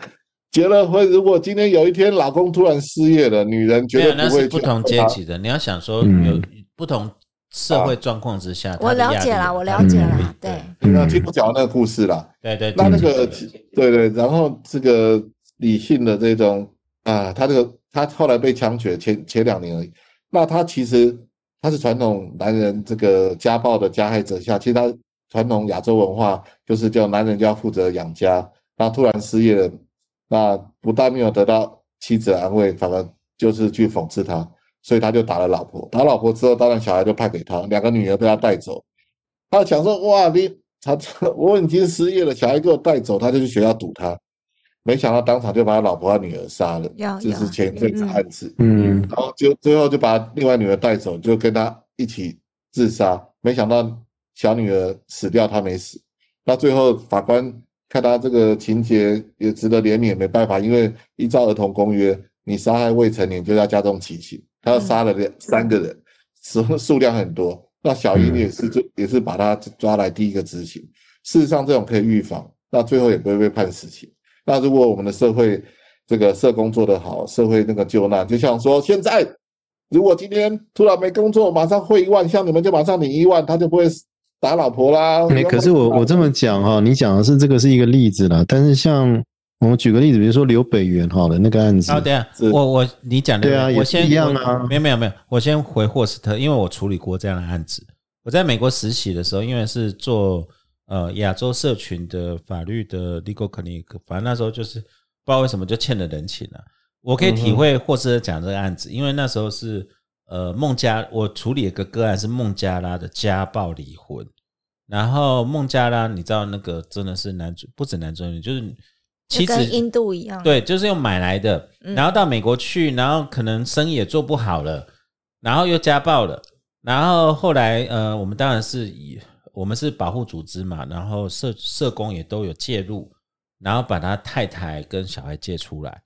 结了婚，如果今天有一天老公突然失业了，女人绝
没
对
有那
会
是不
去
同
安慰
阶
他
级的，你要想说
嗯
有不同社
啊
会状况之下，他
我
的压
了
力
解啦，
很
我
大
了解
嗯
啦，对
对，
那啊听我讲那个故事啦。
对对，
那那个
对
对对，然后这个理性的这种啊，他这个他后来被枪决前前两年而已。那他其实他是传统男人这个家暴的加害者下，其实他传统亚洲文化就是叫男人就要负责养家，那突然失业了，那不但没有得到妻子的安慰，反而就是去讽刺他，所以他就打了老婆。打老婆之后，当然小孩就派给他，两个女儿被他带走。他想说：“哇，你他我已经失业了，小孩给我带走，他就去学校堵他。”没想到当场就把他老婆和女儿杀了
有，
这是
有
前一阵子
嗯
案子。
嗯
然后就最后就把另外女儿带走，就跟他一起自杀。没想到小女儿死掉，他没死。那最后法官看他这个情节也值得怜悯，没办法，因为依照儿童公约，你杀害未成年就要加重其刑。他要杀了两三个人，数数量很多。那小英也是最也是把他抓来第一个执行。事实上，这种可以预防，那最后也不会被判死刑。那如果我们的社会这个社工做得好，社会那个救难，就像说现在，如果今天突然没工作，马上汇一万，像你们就马上领一万，他就不会打老婆啦。
哎，可是我我这么讲哈，你讲的是这个是一个例子啦，但是像我们举个例子，比如说刘北元好了那个案子
啊，，等一下
是
我我你讲的
对啊也
我
是
先
一样
我
啊
没有没有没有，我先回霍斯特，因为我处理过这样的案子。我在美国实习的时候，因为是做呃亚洲社群的法律的 legal clinic，反正那时候就是不知道为什么就欠了人情了、我
嗯
可以体会霍斯特讲这个案子，因为那时候是呃孟加，我处理一个个案是孟加拉的家暴离婚，然后孟加拉你知道那个真的是男主不止男主女，就是妻
就
子
跟印度一样，
对，就是用买来的，
嗯
然后到美国去，然后可能生意也做不好了，然后又家暴了，然后后来呃，我们当然是以我们是保护组织嘛，然后社社工也都有介入，然后把他太太跟小孩借出来，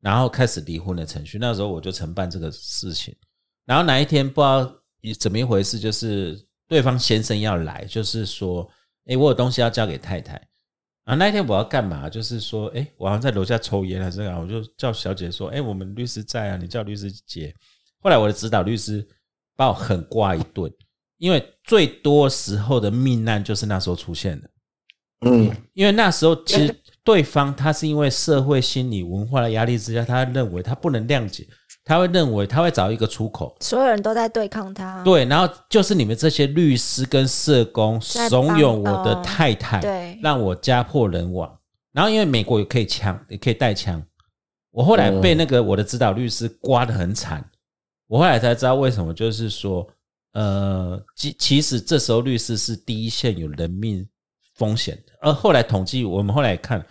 然后开始离婚的程序。那时候我就承办这个事情，然后哪一天不知道怎么一回事，就是对方先生要来，就是说，诶，我有东西要交给太太。啊，那一天我要干嘛？就是说，诶，我好像在楼下抽烟还是干嘛？我就叫小姐说，诶，我们律师在啊，你叫律师姐。后来我的指导律师把我狠刮一顿，因为最多时候的命案就是那时候出现的。
嗯，
因为那时候其实对方他是因为社会心理文化的压力之下，他认为他不能谅解，他会认为他会找一个出口。
所有人都在对抗他，
对，然后就是你们这些律师跟社工
在
怂
帮
恿我的
哦
太太，
对
让我家破人亡。然后因为美国也可以枪，也可以带枪，我后来被那个我的指导律师刮得很惨。我后来才知道为什么，就是说，呃，其其实这时候律师是第一线有人命风险的。而后来统计，我们后来看，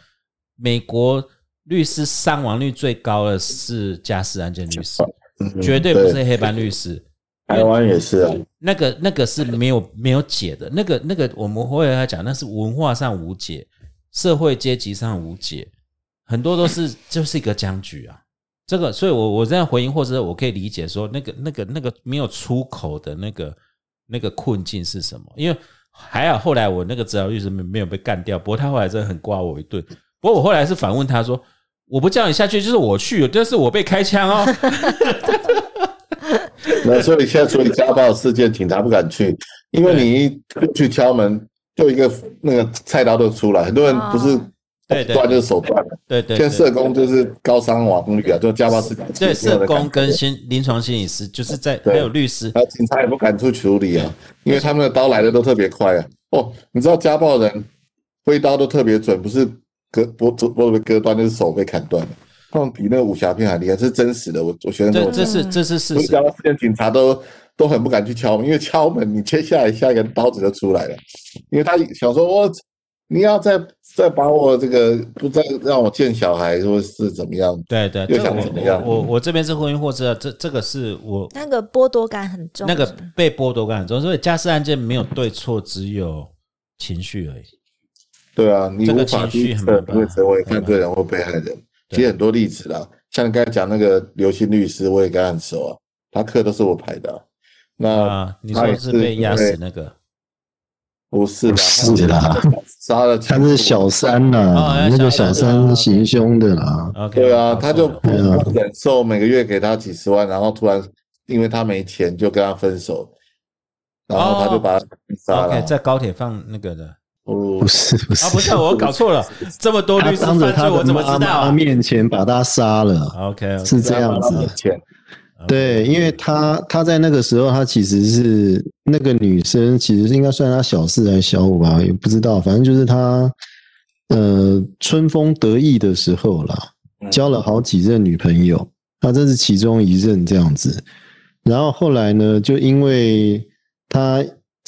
美国律师伤亡率最高的是家事案件律师，
嗯
绝对不是黑帮律师。
台湾 也是啊，
那个那个是没有没有解的，那个那个我们会来讲，那是文化上无解，社会阶级上无解，很多都是就是一个僵局啊。这个，所以我我这样回应，或者我可以理解说，那个那个那个没有出口的那个那个困境是什么？因为还好后来我那个指导律师没没有被干掉，不过他后来真的很刮我一顿。不过我后来是反问他说：“我不叫你下去，就是我去，但是我被开枪哦。”
那所以现在处理家暴事件，警察不敢去，因为你一去敲门，就一个那个菜刀就出来，很多人不是
哦
啊对对
断就是手断了，
对对
现在
对。
社工就是高伤亡率啊，就家暴事件，
对社工跟心临床心理师，就是在
对
还有律师，
然后警察也不敢去处理啊，因为他们的刀来的都特别快啊。哦，你知道家暴人挥刀都特别准，不是割脖子脖子被割断，就是手被砍断的，他们比那个武侠片还厉害，是真实的。我我学生跟
这
我
这
讲，
是这是事
所以
实
家。暴事件警察都都很不敢去敲门，因为敲门你接下来下一个刀子就出来了，因为他想说我。你要再再把我这个不再让我见小孩，或是怎么样？
对对，
又
这
想
我
怎么样
我我我这边是婚姻或知道，这这个是我
那个剥夺感很重，
那个被剥夺感很重，所以家事案件没有对错，只有情绪而已。
对啊，你
这个
无法
情绪
预
很
测
麻烦
会成为
很麻
犯罪人或被害人。其
对
实很多例子啦，像你刚才讲那个刘鑫律师，我也跟他很熟啊，他课都是我排的啊、那
啊，你
他
说
也
是被压
因
死
为？
那个
不是啦，
不是啦，
杀了
他是小三呐、
哦
那个
小
小
三啊
三行凶的啦。
？OK，
啊对啊，
搞
他
错
就
了
不忍受每个月给他几十万，然后突然因为他没钱就跟他分手，然后他就把他杀了
哦 OK，。在高铁放那个的啊，
不
不是不是，
不 是啊我搞错了，这么多
他
律师
当着
犯
他
罪，我
的
怎么
妈
知道
妈
啊
面前把他杀了，
？OK，
是这样子的。
钱，
对，因为他他在那个时候，他其实是那个女生，其实是应该算他小四还是小五吧，也不知道，反正就是他呃春风得意的时候啦，交了好几任女朋友，他这是其中一任这样子。然后后来呢，就因为他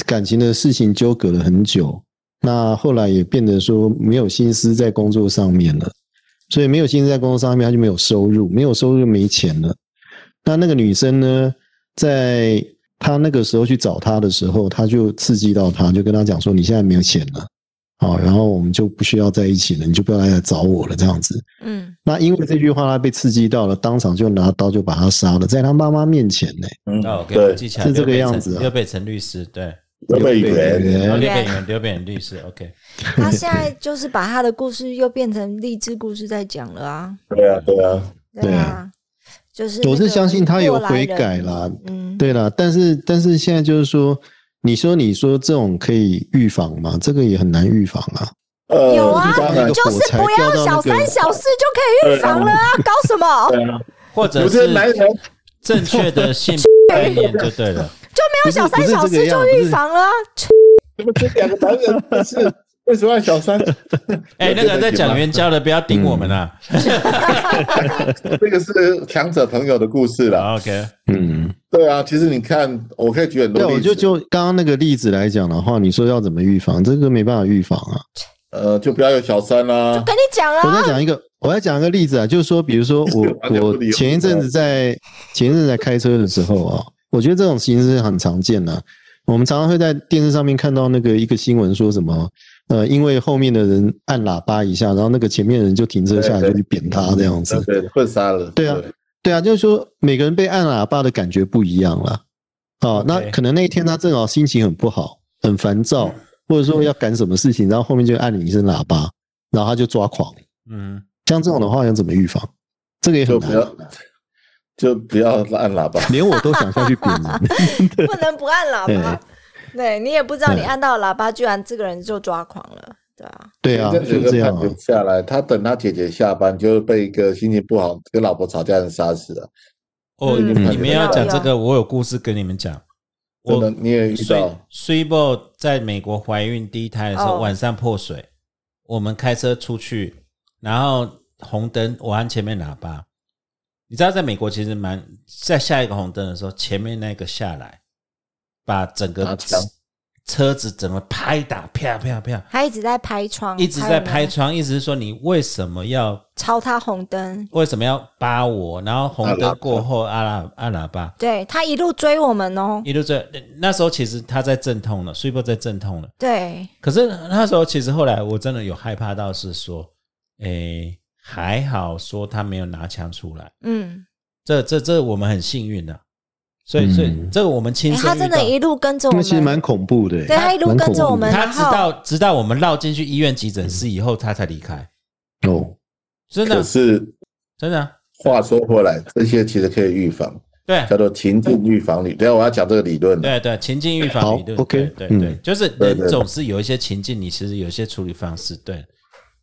感情的事情纠葛了很久，那后来也变得说没有心思在工作上面了，所以没有心思在工作上面，他就没有收入，没有收入就没钱了。那那个女生呢，在她那个时候去找他的时候，他就刺激到她，就跟她讲说：“你现在没有钱了，好，然后我们就不需要在一起了，你就不要来来找我了。”这样子。
嗯，
那因为这句话，他被刺激到了，当场就拿刀就把他杀了，在他妈妈面前呢、
嗯
哦，OK，我
对，
记起来
是这个
刘北
样
辰
子啊
刘北辰律师，对，
刘备元，
哎
然后哦刘北元，刘北元律师，OK。
他现在就是把他的故事又变成励志故事在讲了啊，
对啊，对啊，
对
对
啊
啊，
就是
我
那
是
个
相信他有
过来
悔
人
改啦，
嗯，
对啦，但是但是现在就是说，你说你说这种可以预防吗？这个也很难预防啊。
呃，
有啊
当然
那个
就是不
火柴掉到
要
那
小
个
三小四就可以预防了啊，搞什么？
对啊，
或
你
者
们这些男
是
人
正确的性概念就对了。
没有小三小四就预防了啊。
你们这两个男人真 是为什么要 小三？
哎，那个在讲援交的，不要盯我们
嗯
啊。
这个是强者朋友的故事啦。
好 OK，
嗯，
对啊，其实你看，我可以举很
对，
多
我
例
就
子，
就刚刚那个例子来讲的话，你说要怎么预防，这个没办法预防啊。
呃，就不要有小三啦、
跟你讲
我
啊，
再讲一个，我再讲一个例子啊，就是说，比如说
完全
我
不
我
理由
前一阵子在前一阵子在开车的时候啊，我觉得这种形式很常见的、啊我们常常会在电视上面看到那个一个新闻，说什么呃，因为后面的人按喇叭一下，然后那个前面的人就停车下来
对对
就去扁他这样子
对。对，混杀了。
对啊对啊，就是说每个人被按喇叭的感觉不一样啦。哦
OK
那可能那一天他正好心情很不好，很烦躁，或者
嗯
说要赶什么事情，然后后面就按你一声喇叭，然后他就抓狂。
嗯，
像这种的话要怎么预防？这个也很
就不
难，
要就不要按喇叭。
连我都想下去扁 人。
不能不按喇叭。对你也不知道，你按到喇叭，居然这个人就抓狂了，对啊，
对啊，
这
就
个
这样
判
啊
决。下来，他等他姐姐下班，就被一个心情不好跟老婆吵架的人杀死了。
哦，
嗯
你们要讲这
有
个，我有故事跟你们讲。
真的
我
你也遇
虽
到，
虽不在美国怀孕第一胎的时候，
哦
晚上破水，我们开车出去，然后红灯，我按前面喇叭。你知道，在美国其实蛮在下一个红灯的时候，前面那个下来，把整
打
个
枪
车子整个拍打，啪啪啪，
他一直在拍窗，
一直在拍
有没有
窗，意思是说你为什么要
超他红灯，
为什么要扒我？然后红
按喇
灯
叭
过后，按喇按喇叭，
对他一路追我们哦，
一路追。那时候其实他在阵痛了 s u p e 在阵痛了。
对，
可是那时候其实后来我真的有害怕到是说，诶、还好说他没有拿枪出来，
嗯，
这这这我们很幸运的、啊所以
嗯
所以这个我们亲
诶
身
他
遇
真
到
的一路跟着我
那其实蛮
们，
恐怖的欸，
对他一路
蛮恐
跟着我
怖的
们
他
然
直
后
到直到我们绕进去医院急诊室以后，他才离开。
哦，
真的啊
可是
真的啊、
话说回来，这些其实可以预防，
对啊
叫做情境预防理。啊等一下我要讲这个理论了。
对对，情境预防
好
理论。
，OK，
对对
嗯
对，就是
对
人
对
总是有一些情境，你其实有一些处理方式。对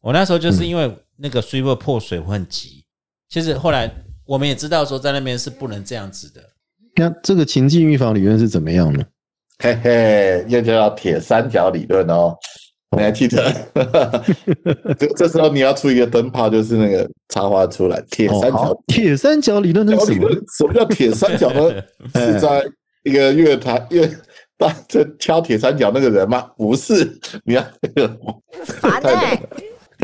我那时候就是因为那个 s w e e 破水，我很急。其实后来我们也知道说，在那边是不能这样子的。
那这个情境预防理论是怎么样呢？
嘿嘿，又叫铁三角理论哦。你还记得？这这时候你要出一个灯泡，就是那个插花出来。铁
哦，
三角
好，铁三角理论
三
是什
角理
么
论？，什么叫铁三角呢？是在一个乐坛乐，大这敲铁三角那个人吗？不是，你要那个
烦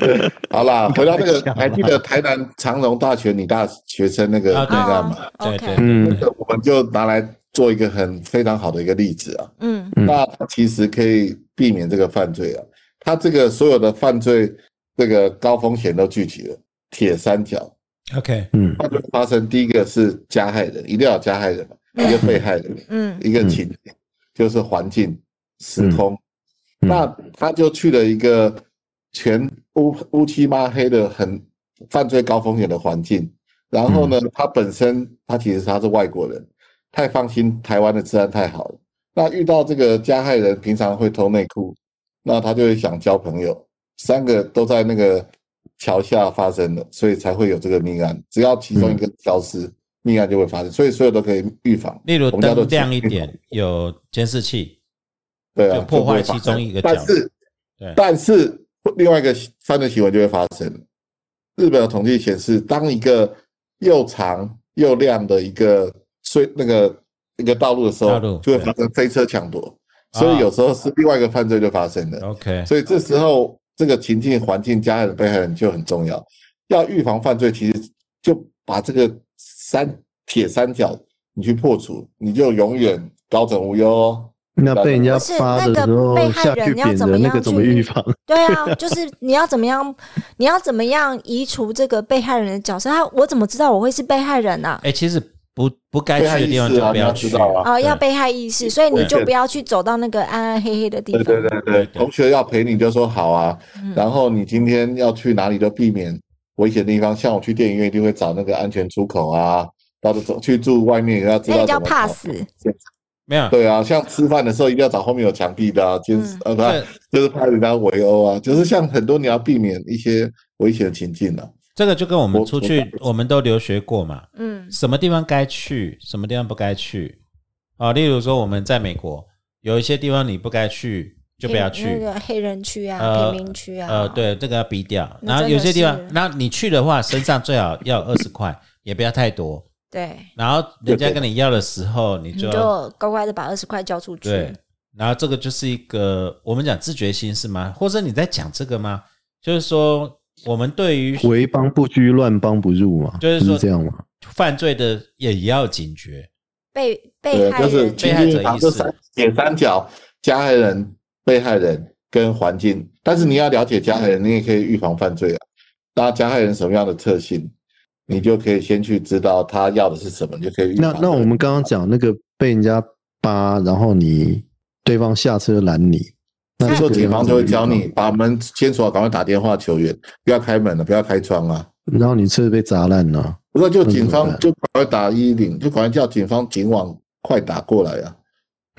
哎、
好啦，回到那个
太像，了
还记得台南长荣大学女大学生那个
啊
那
对
个嘛？
哦
对
OK
对，
嗯
对
那个我们就拿来做一个很非常好的一个例子啊。
嗯，
嗯
那它其实可以避免这个犯罪啊。他这个所有的犯罪，这个高风险都聚集了，铁三角。
OK，
嗯
犯罪发生，第一个是加害人，一定要有加害人嘛，一个被害人，
嗯
一个情节，就是环境、时空。
嗯
那他就去了一个全乌乌漆抹黑的、很犯罪高风险的环境。然后呢，他本身他其实他是外国人，太放心台湾的治安太好了。那遇到这个加害人，平常会偷内裤，那他就会想交朋友。三个都在那个桥下发生的，所以才会有这个命案。只要其中一个消失，命案就会发生。所以所有都可以预防。
例如
我们叫做
灯亮一
情境
点，有监视器，
对啊，
就破
不会
坏
发
其中
生
一个角
但是
对，
但是另外一个犯罪行为就会发生。日本的统计显示，当一个又长又亮的一个隧那个一个道路的时
道
候
路，
就会发生飞车抢夺，所以有时候是另外一个犯罪就发生了。
OK，
所以这时候这个情境、环境、加害人、被害人就很重要。要预防犯罪，其实就把这个三铁三角你去破除，你就永远高枕无忧哦。
那被人家
不是
扒的
那个
时候
被害
下去
人要
扁
怎么
人，那
样
个怎么
去
预防？
对啊，就是你要怎么样，你要怎么样移除这个被害人的角色？他我怎么知道我会是被害人啊？
哎，其实不不该
被害
去的
意
地方
识
就
啊，
不
你要
去
知。道啊。
哦，
对
要被害意识，所以你就不要去走到那个暗暗黑黑的地方。
对对对
对对
对，同学要陪你就说好啊，
嗯
然后你今天要去哪里都避免危险的地方，像我去电影院一定会找那个安全出口啊，到处走去住外面也要知
那
道
你叫
怎么
怕
跑。
死。
没有，
对啊，像吃饭的时候一定要找后面有墙壁的啊，
嗯
就是呃，不
这
是就是怕人家围殴啊，就是像很多你要避免一些危险的情境啊。
这个就跟我们
我
出去，我们都留学过嘛，
嗯
什么地方该去，什么地方不该去啊。例如说我们在美国，有一些地方你不该去就不要去，
那个黑人区啊，
呃
贫民区啊，
呃，对，这个要逼掉。
那
然后
真的
有些地方
是，
然后你去的话，身上最好要二十块，也不要太多。
对，
然后人家
对对
跟你要的时候，你
你
就
就乖乖的把二十块交出去。
对。然后这个就是一个我们讲自觉心是吗？或者你在讲这个吗？就是说，我们对于
回帮不居，乱帮不入嘛，
就是
不
说
是这样嘛。
犯罪的也也要警觉，
被被
对，
害
就是
人
情
被害者
境
意
这
识
三铁三角：加害人、被害人跟环境。但是你要了解加害人，你也可以预防犯罪啊。那加害人什么样的特性，你就可以先去知道他要的是什么，你就可以预
那
防这个。
那我们刚刚讲那个被人家扒，然后你对方下车拦你，那
这时候
这个
警方就会教
要
你
怎么
把门先锁好，赶快打电话求援，不要开门了，不要开窗啊。
预防，然后你车子被砸烂了、
不是，就
那怎么
警方
办
就赶快打一零，就赶快叫警方警网快打过来啊。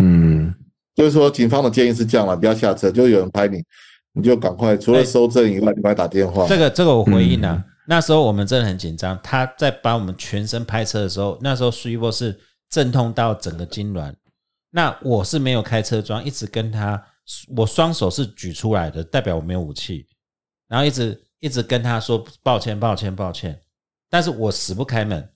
嗯，
就是说，警方的建议是这样了，不要下车，就有人拍你，你就赶快除了
哎
收证以外，你赶快打电话。
这个这个我回应了、啊那时候我们真的很紧张，他在把我们全身拍摄的时候，那时候苏一波是阵痛到整个痉挛。那我是没有开车窗，一直跟他，我双手是举出来的，代表我没有武器，然后一直一直跟他说抱歉，抱歉，抱歉。但是我死不开门，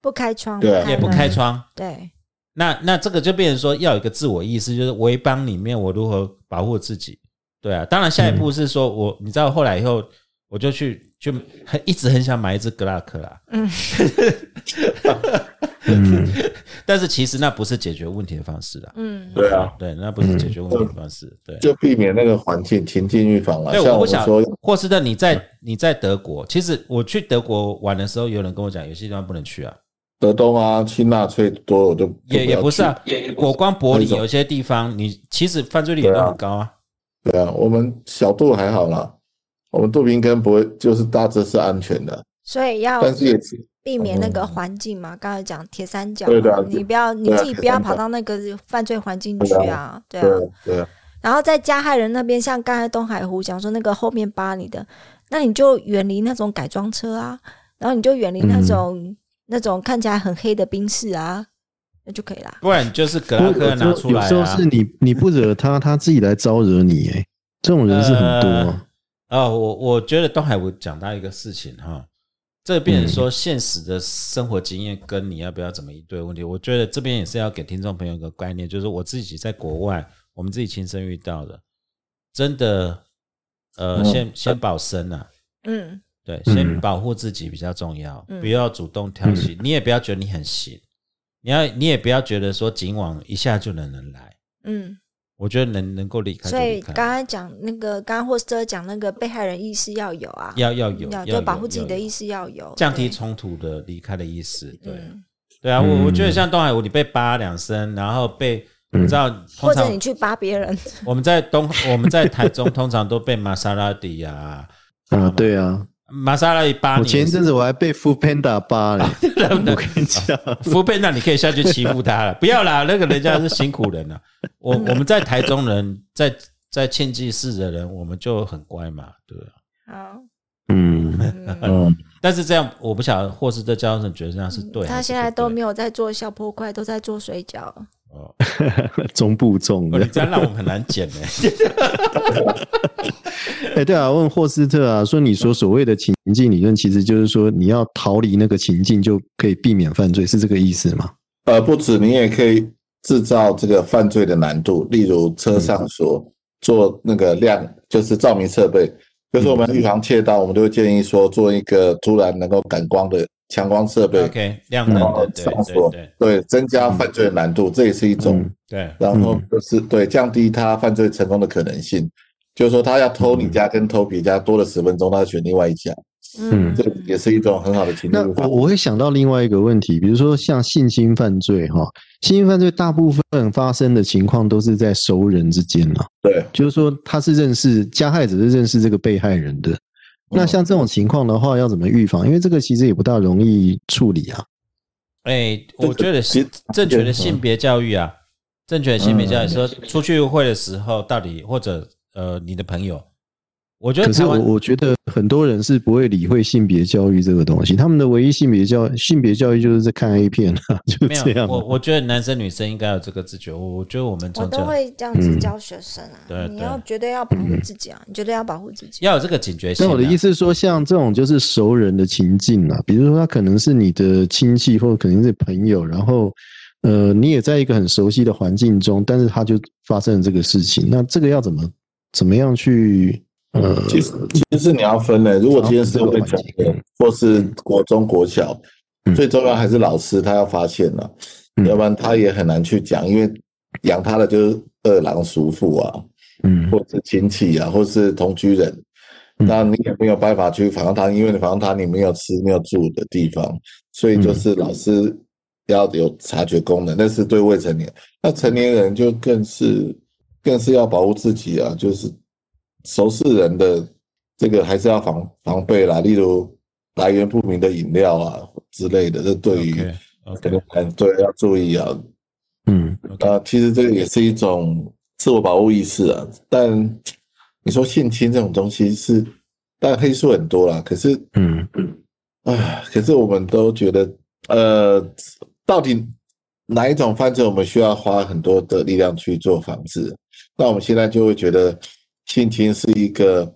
不开窗，
对
也不
门
开，窗。
对，
那那这个就变成说要有一个自我意识，就是围帮里面我如何保护自己。对啊，当然下一步是说我，你知道后来以后我就去就很一直很想买一只 Glock 啦，
嗯，
嗯
但是其实那不是解决问题的方式啦。
嗯，
对啊，
对，那不是解决问题的方式。对，
就避免那个环境情境预防啊。
对，
像
我
我
不
们
想
说，。
霍斯特，你在你在德国，其实我去德国玩的时候，有人跟我讲，有些地方不能去啊，也
德东啊、新纳粹多，我都
也也不是啊。，我光柏林
那种
有一些地方，你其实犯罪率也都很高啊。
对啊，我们小杜还好啦，我们杜平根不会，就是大致是安全的，
所以要
但是也是嗯
避免那个环境嘛。刚才讲铁三角
对的
嘛，你不要你
对啊
自己不要
铁三角
跑到那个犯罪环境去啊，对啊
对。啊对啊，
然后在加害人那边，像刚才东海湖讲说那个后面扒你的，那你就远离那种改装车啊，然后你就远离那种、
嗯
那种看起来很黑的宾士啊，那就可以啦。
不然就是格 拉
不过
克
有时
拿
候
出来
有时候
啊
是。你你不惹他，他自己来招惹你、哎，这种人是很多、啊
啊、我我觉得东海我讲到一个事情哈，这边说现实的生活经验跟你要不要怎么应对问题，我觉得这边也是要给听众朋友一个概念，就是我自己在国外，我们自己亲身遇到的，真的，呃，
嗯
先先保身啊，
嗯
对，
嗯
先保护自己比较重要，
嗯
不要主动挑起，你也不要觉得你很行，你要你也不要觉得说警网一下就能能来，
嗯，
我觉得能能够离开就
所以
离开，
刚才讲那个，刚刚霍斯特讲那个被害人意识要有啊，
要要有
要
要
就
有
保护自己
要
的
有
意识要有，
降低
哦对
冲突的离开的意思。对、
嗯，
对啊，
嗯
我我觉得像东海湖，你被扒两声，然后被你知道，通
或者
常
你去扒别人，
我们在东 我们在台中通常都被玛莎拉蒂啊，
啊，对啊，
玛莎拉蒂扒
我
你。
前一阵子我还被 f o o Panda 扒嘞，我跟你讲，
福贝，那你可以下去欺负他了，不 要啦，那个人家是辛苦人啊。我
嗯
我们在台中人，在在庆记市的人，我们就很乖嘛，对吧、
好，
嗯，
嗯，
嗯，
但是这样，我不晓得霍斯特教授觉得这样是对还是不对、
嗯他现在都没有在做小破块，都在做水饺，
哦，
中不中
哦
的
你。这样让我们很 难剪呢、
哎、对啊，问霍斯特啊，说你所所谓的情境理论，其实就是说你要逃离那个情境，就可以避免犯罪，是这个意思吗？
呃，不止你也可以制造这个犯罪的难度，例如车
嗯
上所做那个亮，就是照明设备，就是我们
嗯
预防窃盗，我们都会建议说做一个突然能够感光的强光设备，
OK，亮
然
灯的，
后
嗯
对
上
对
锁
对，
对，增加犯罪的难度，这也是一种。
嗯
对，
然后就是对降低他犯罪成功的可能性，就是说他要偷
嗯
你家跟偷别家多了十分钟，他选另外一家，
嗯，
这也是一种很好的情
那
境
我我会想到另外一个问题，比如说像性侵犯罪哈，性侵犯罪大部分发生的情况都是在熟人之间啊，
对，
就是说他是认识加害者是认识这个被害人的。
嗯
那像这种情况的话，要怎么预防？因为这个其实也不大容易处理啊。
哎、我觉得
其实
嗯
正确的性别教育啊，正确的性别教育说，出去会的时候，到底或者呃你的朋友，我觉得
可是
台
我
湾
我觉得很多人是不会理会性别教育这个东西，他们的唯一性别教性别教育就是在看 A 片啊，就
没
这
有，
样。
我我觉得男生女生应该有这个自觉。我我觉得我们
我
从
都
小
会这样
嗯
子教学生啊，
对
你
对
要绝对要保护自己啊，你绝对要保护自己。
要有这个警觉性、
但
啊。
我的意思是说，像这种就是熟人的情境啊，比如说他可能是你的亲戚或者可能是朋友，然后呃你也在一个很熟悉的环境中，但是他就发生了这个事情，那这个要怎么怎么样去呃
其实其实你要分嘞，如果今天是未成年或是国中国小，
嗯
最重要还是老师他要发现了、
嗯
要不然他也很难去讲，因为养他的就是二郎叔父啊，
嗯
或是亲戚啊，或是同居人，
嗯
那你也没有办法去反抗他，因为你反抗他，你没有吃没有住的地方，所以
嗯
就是老师要有察觉功能，那是对未成年，那成年人就更是更是要保护自己啊，就是熟识人的这个还是要防防备啦，例如来源不明的饮料啊之类的，这对于
OK
可
OK，
能很对要注意啊，
嗯
啊，其实这个也是一种自我保护意识啊。但你说性侵这种东西是，但黑数很多啦。可是
嗯
啊，可是我们都觉得，呃，到底哪一种犯罪我们需要花很多的力量去做防治？那我们现在就会觉得性侵是一个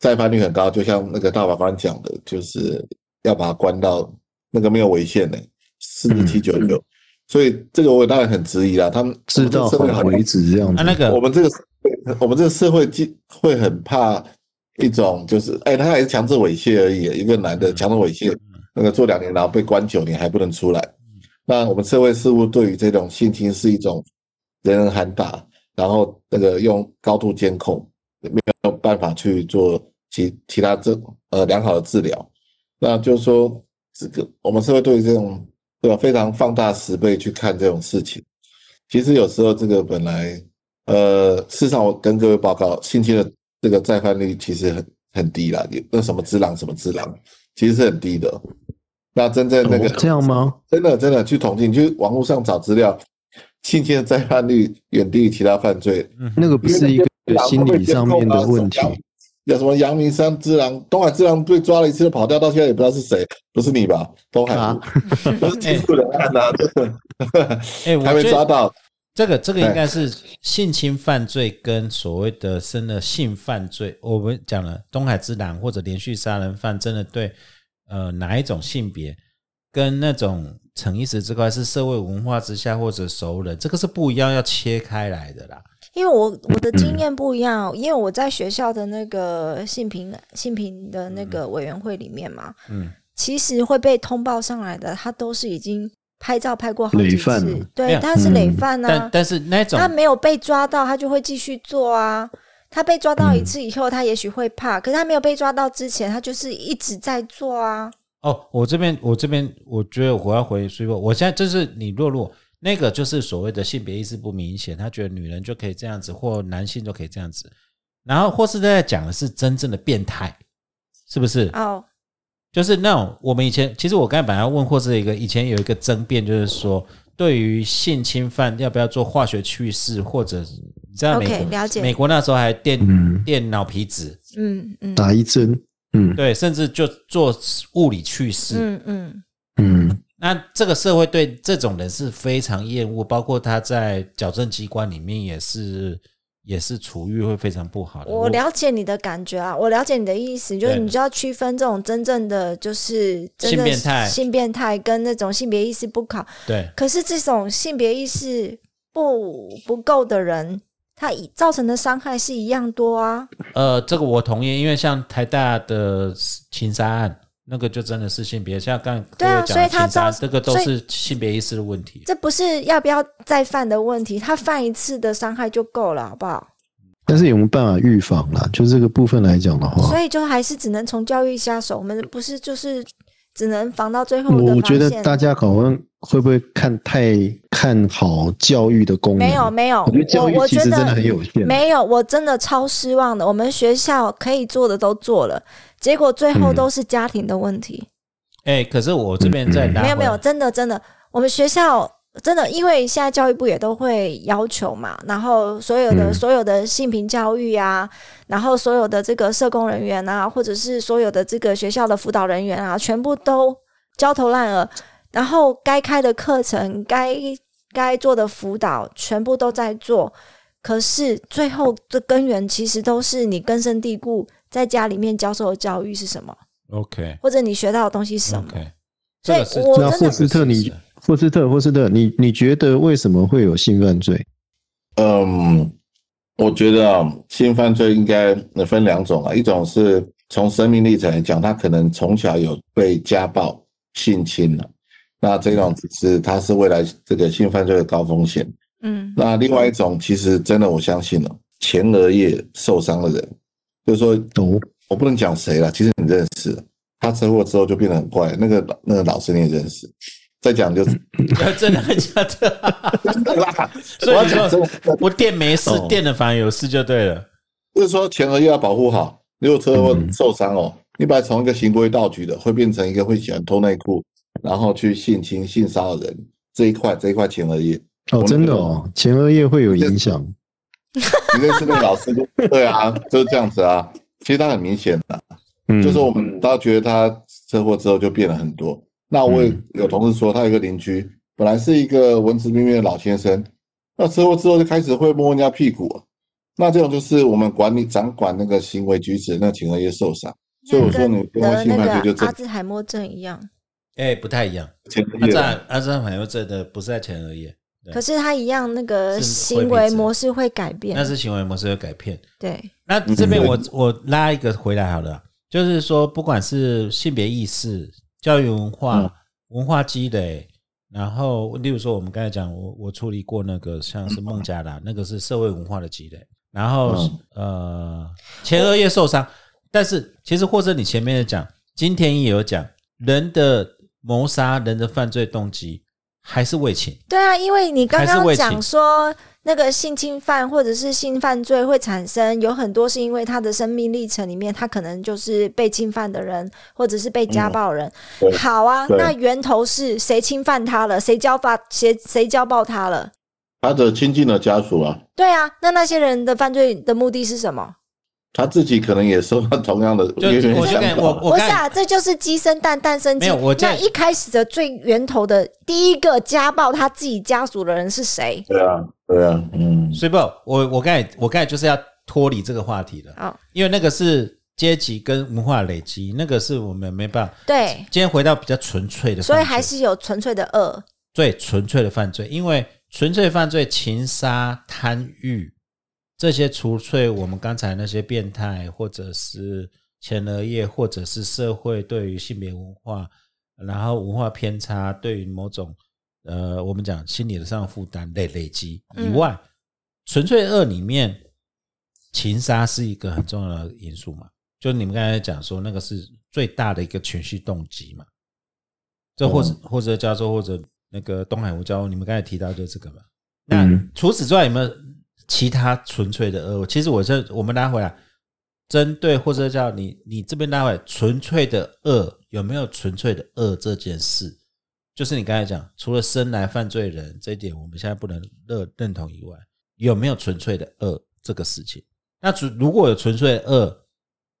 再犯率很高，就像那个大法官讲的，就是要把它关到那个没有违宪的四十七九九。所以这个我当然很质疑啦，他们
嗯知道
我们这个社会好
好为止这样
啊
子。
那
我
个
们这个社会我们这个社会既会很怕一种就是，哎、他还是强制猥亵而已，一个男的强制猥亵，那个坐两年然后被关九年还不能出来。那我们社会似乎对于这种性侵是一种人人喊打，然后那个用高度监控，没有办法去做其其他这呃良好的治疗。那就是说，这个我们社会对于这种对吧，非常放大十倍去看这种事情。其实有时候这个本来，呃，事实上我跟各位报告，性侵的这个再犯率其实很很低啦，有那什么之狼什么之狼，其实是很低的。那真正那个、
哦这样吗？
真的真的去统计，你去网络上找资料，性侵的再犯率远低于其他犯罪，
那个不是一个心理上面的问题。
啊有什么阳明山之狼、东海之狼被抓了一次就跑掉，到现在也不知道是谁，不是你吧？东海
啊
不是技术人案呐、啊，
哎，我
还没
觉
抓
得
到。
这个这个应该是性侵犯罪跟所谓的真的性犯罪，我们讲了东海之狼或者连续杀人犯，真的对呃哪一种性别跟那种逞一时之快是社会文化之下或者熟人，这个是不一样，要切开来的啦。
因为我我
嗯
的经验不一样哦，因为我在学校的那个性平性平的那个委员会里面嘛，
嗯，
其实会被通报上来的，他都是已经拍照拍过好几
累犯
次
了，
没
对
有，
他是累
嗯
犯
哎但
啊，
但是那种
他没有被抓到，他就会继续做啊。他被抓
嗯
到一次以后，他也许会怕，可是他没有被抓到之前，他就是一直在做啊。
哦，我这边我这边，我觉得我要回说，我现在就是你弱弱那个就是所谓的性别意识不明显，他觉得女人就可以这样子，或男性就可以这样子，然后或是在讲的是真正的变态，是不是？
哦，
就是那种我们以前，其实我刚才本来要问，或是一个以前有一个争辩，就是说对于性侵犯要不要做化学去世，或者你知道美国
OK，了解
美国那时候还电、
嗯
电脑皮质，
嗯嗯
打一针，嗯
对，甚至就做物理去世，
嗯嗯，
嗯
那这个社会对这种人是非常厌恶，包括他在矫正机关里面也是也是处遇会非常不好的。
我了解你的感觉啊，我了解你的意思，就是
对
你就要区分这种真正的就是真
性
的
变态
性变态跟那种性别意识不考。
对
可是这种性别意识不不够的人，他以造成的伤害是一样多啊。
呃，这个我同意，因为像台大的情杀案，那个就真的是性别，像刚才各
对啊
位讲
所以
的
他
情杀，
造
这个都
所
是性别意识的问题。
这不是要不要再犯的问题，他犯一次的伤害就够了，好不好？
但是有没有办法预防啦？就这个部分来讲的话
所，以就还是只能从教育下手，我们不是就是只能防到最后哦的
我我
防
觉得
线
大家好像会不会看太看好教育的功能？
没有，没有，
我觉得教育
我我
其
觉
实真的
得
很有限。
没有，我真的超失望的。我们学校可以做的都做了，结果最后
嗯
都是家庭的问题。
哎、可是我这边再拿
没有没有，
回来，
真的真的，我们学校真的，因为现在教育部也都会要求嘛，然后所有的、
嗯
所有的性平教育啊，然后所有的这个社工人员啊，或者是所有的这个学校的辅导人员啊，全部都焦头烂额，然后该开的课程、该该做的辅导，全部都在做。可是最后的根源其实都是你根深蒂固在家里面教授的教育是什么，
OK
或者你学到的东西是什么。
OK，
所
这
以
个是
我
这
那
个
真的
霍斯特你
是
霍斯特霍斯特，你你觉得为什么会有性犯罪？
嗯，我觉得啊，性犯罪应该分两种啊，一种是从生命历程来讲，他可能从小有被家暴、性侵了，那这种其实他是未来这个性犯罪的高风险。
嗯
那另外一种，其实真的我相信了，前额叶受伤的人，就是说
懂？
我不能讲谁了，其实你认识，他车祸之后就变得很怪，那个那个老师你也认识，再讲就是
要呃真的假 的？
真的啦，
所
我
以
要
你
讲真
说
的。
我电没事
哦，
电的反而有事就对了。
就是说前额叶要保护好，如果车祸受伤哦，你把它从一个行为道具的，会变成一个会喜欢偷内裤，然后去性侵、性骚扰人这一块，这一块前额叶，
哦，真的哦，前额叶会有影响。
你认识那个老师就 对啊，就是这样子啊。其实他很明显的、
嗯，
就是我们大家觉得他车祸之后就变了很多。那我也有同事说，他有一个邻居本来是一个文质彬彬的老先生，那车祸之后就开始会摸人家屁股、那这种就是我们管理掌管那个行为举止，那前额叶受伤。所以我说你跟
得
性
呃那
犯罪就
个
这
阿兹海默症一样。
哎，不太一样。
前
阿
额叶
兹
啊，
阿兹海默症的不是在前额叶，对
可是他一样，那个
是
行
回避
为
症
模式会改变
那。是行为模式的改变。
对，
那这边
嗯
我我拉一个回来好了，啊就是说，不管是性别意识、教育文化、
嗯
文化积累，然后例如说我们刚才讲，我我处理过那个像是孟加
嗯
拉，那个是社会文化的积累，然后、呃前额叶受伤，但是其实或者你前面的讲，金田一也有讲，人的谋杀、人的犯罪动机还是为情，
对啊，因为你刚
还是
刚
为情
讲说那个性侵犯或者是性犯罪会产生有很多是因为他的生命历程里面，他可能就是被侵犯的人，或者是被家暴人。
嗯对
好啊，
对
那源头是谁侵犯他了？谁家暴谁谁家暴他了？
他的亲近的家属啊，
对啊，那那些人的犯罪的目的是什么？
他自己可能也受到同样的
就
冤冤
我就
相
跟
报。
我
不
我
是
刚才
啊，这就是鸡生蛋，蛋生
没
鸡。
有我这
那一开始的最源头的第一个家暴他自己家属的人是谁？
对啊，对啊，嗯，
所以不，我我刚才我刚才就是要脱离这个话题了。
哦，
因为那个是阶级跟文化累积，那个是我们没办法。
对，
今天回到比较纯粹的犯罪，
所以还是有纯粹的恶。
最纯粹的犯罪，因为纯粹犯罪、情杀、贪欲这些，除粹我们刚才那些变态，或者是前额叶，或者是社会对于性别文化，然后文化偏差对于某种呃，我们讲心理上的负担累累积以
嗯
外，纯粹恶里面，情杀是一个很重要的因素嘛。就你们刚才讲说，那个是最大的一个情绪动机嘛。这或者、或者加州或者那个东海湖礁，你们刚才提到就是这个嘛。那、
嗯
除此之外有没有其他纯粹的恶？其实我这我们拉回来，针对或者叫你你这边拉回来，纯粹的恶有没有纯粹的恶这件事？就是你刚才讲，除了生来犯罪人这一点，我们现在不能认认同以外，有没有纯粹的恶这个事情？那除如果有纯粹的恶，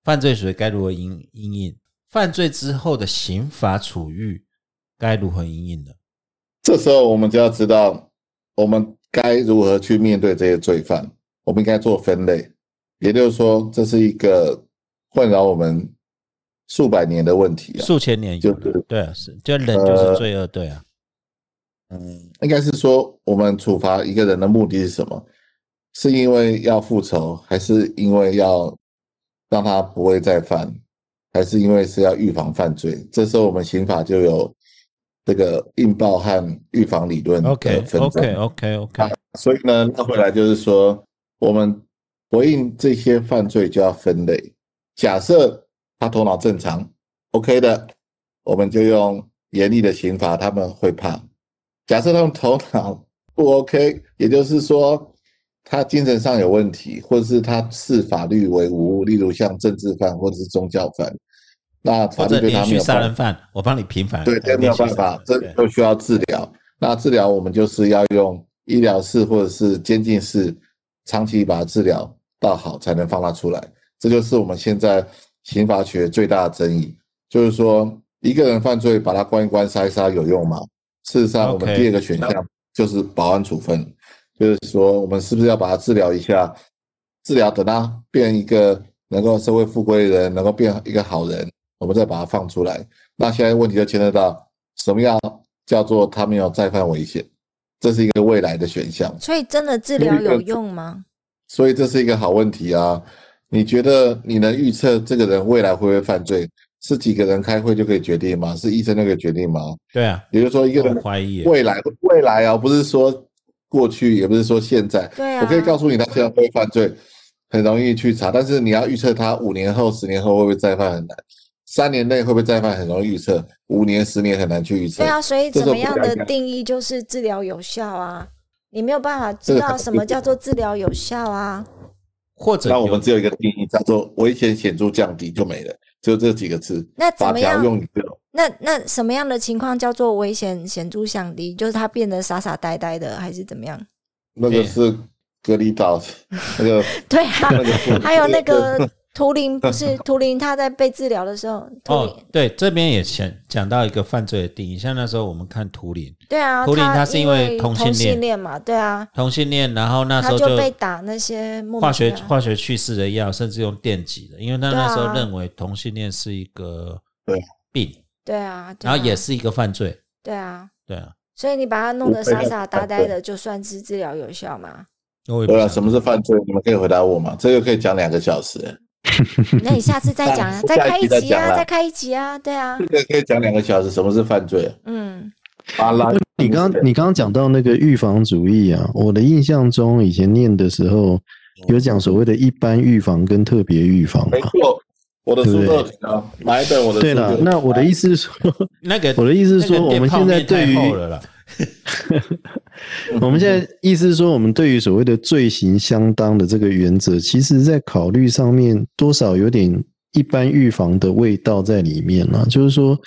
犯罪谁该如何应应应？犯罪之后的刑罚处遇该如何应应呢？
这时候我们就要知道，我们该如何去面对这些罪犯，我们应该做分类。也就是说，这是一个困扰我们数百年的问题啊。
数千年有
就
了
是，
对啊，是就人就是罪恶，对啊，
嗯，应该是说我们处罚一个人的目的是什么？是因为要复仇，还是因为要让他不会再犯，还是因为是要预防犯罪？这时候我们刑法就有这个应报和预防理论的
OK
纷争。
OK OK OK，
所以呢，那回来就是说，我们回应这些犯罪就要分类。假设他头脑正常，OK 的，我们就用严厉的刑罚，他们会怕。假设他们头脑不 OK，也就是说他精神上有问题，或者是他视法律为无物，例如像政治犯或者是宗教犯，那
或
法律
者
对
连
他没
续
有
杀人
办法，
犯，我帮你平反，
对，这没有办法，这
对
就需要治疗。那治疗我们就是要用医疗室或者是监禁室，长期把它治疗到好才能放它出来。这就是我们现在刑法学最大的争议，就是说一个人犯罪把他关一关杀一杀有用吗？事实上，我们
OK
第二个选项就是保安处分，就是说我们是不是要把他治疗一下，治疗等他变一个能够社会复归的人，能够变一个好人，我们再把他放出来。那现在问题就牵涉到什么样叫做他没有再犯危险，这是一个未来的选项。
所以真的治疗有用吗？
所以这是一个好问题啊！你觉得你能预测这个人未来会不会犯罪？是几个人开会就可以决定吗？是医生就可以决定吗？
对啊，
也就是说，一个人
我怀疑耶
未来未来啊，不是说过去，也不是说现在。
对啊
我可以告诉你，他现在会不会犯罪，很容易去查，但是你要预测他五年后、十年后会不会再犯很难，三年内会不会再犯很容易预测，五年、十年很难去预测。
对啊，所以
这
怎
是我
么
不
样
敢
的
讲
定义就是治疗有效啊？你没有办法知
这个
道
很
什么
难
叫做治疗有效啊？
或者
那我
有
们只有一个定义，叫做危险显著降低就没了，就这几个字。
那怎
法
么
条
样？
用语就有
那那什么样的情况叫做危险显著降低？就是他变得傻傻呆呆的，还是怎么样？
那
对
个是隔离岛 那个
对啊，
那个
还有那个图灵，不是图灵，他在被治疗的时候，图灵、
哦，对，这边也想讲到一个犯罪的定义，像那时候我们看图灵，
对啊，
图灵
他
他是因为
为
同性
性
恋
恋嘛，对啊，
同性恋，然后那时
他
候
就被打那些莫名
化学
其妙
化学去世的药，甚至用电击的，因为他
对啊
那时候认为同性恋是一个
对
病，
对啊，对
然
啊
后也是一个犯罪，
对啊，
对啊，
所以你把他弄得傻傻呆呆
对
的，就算是治疗有 效嘛？
我也不
对啊，
想
什么是犯罪？你们可以回答我嘛？这个可以讲两个小时，
那你下次再讲啊，
下
再开
一集再
集
讲
啊，
啦
再开一集啊，对啊
这，个可以讲两个小时。什么是犯罪？
嗯，
巴拉，
你刚你刚刚讲到那个预防主义啊，我的印象中以前念的时候有讲所谓的一般预防跟特别预防
没
嘛。
错，我的书都有提到，买一本我的书
对
就有
了，
提到。
那我的意思是说，
那个
我的意思是说
那个
我们现
电
在
泡面太
对于
厚了啦，
我们现在意思是说，我们对于所谓的罪行相当的这个原则，其实在考虑上面多少有点一般预防的味道在里面了、就是说，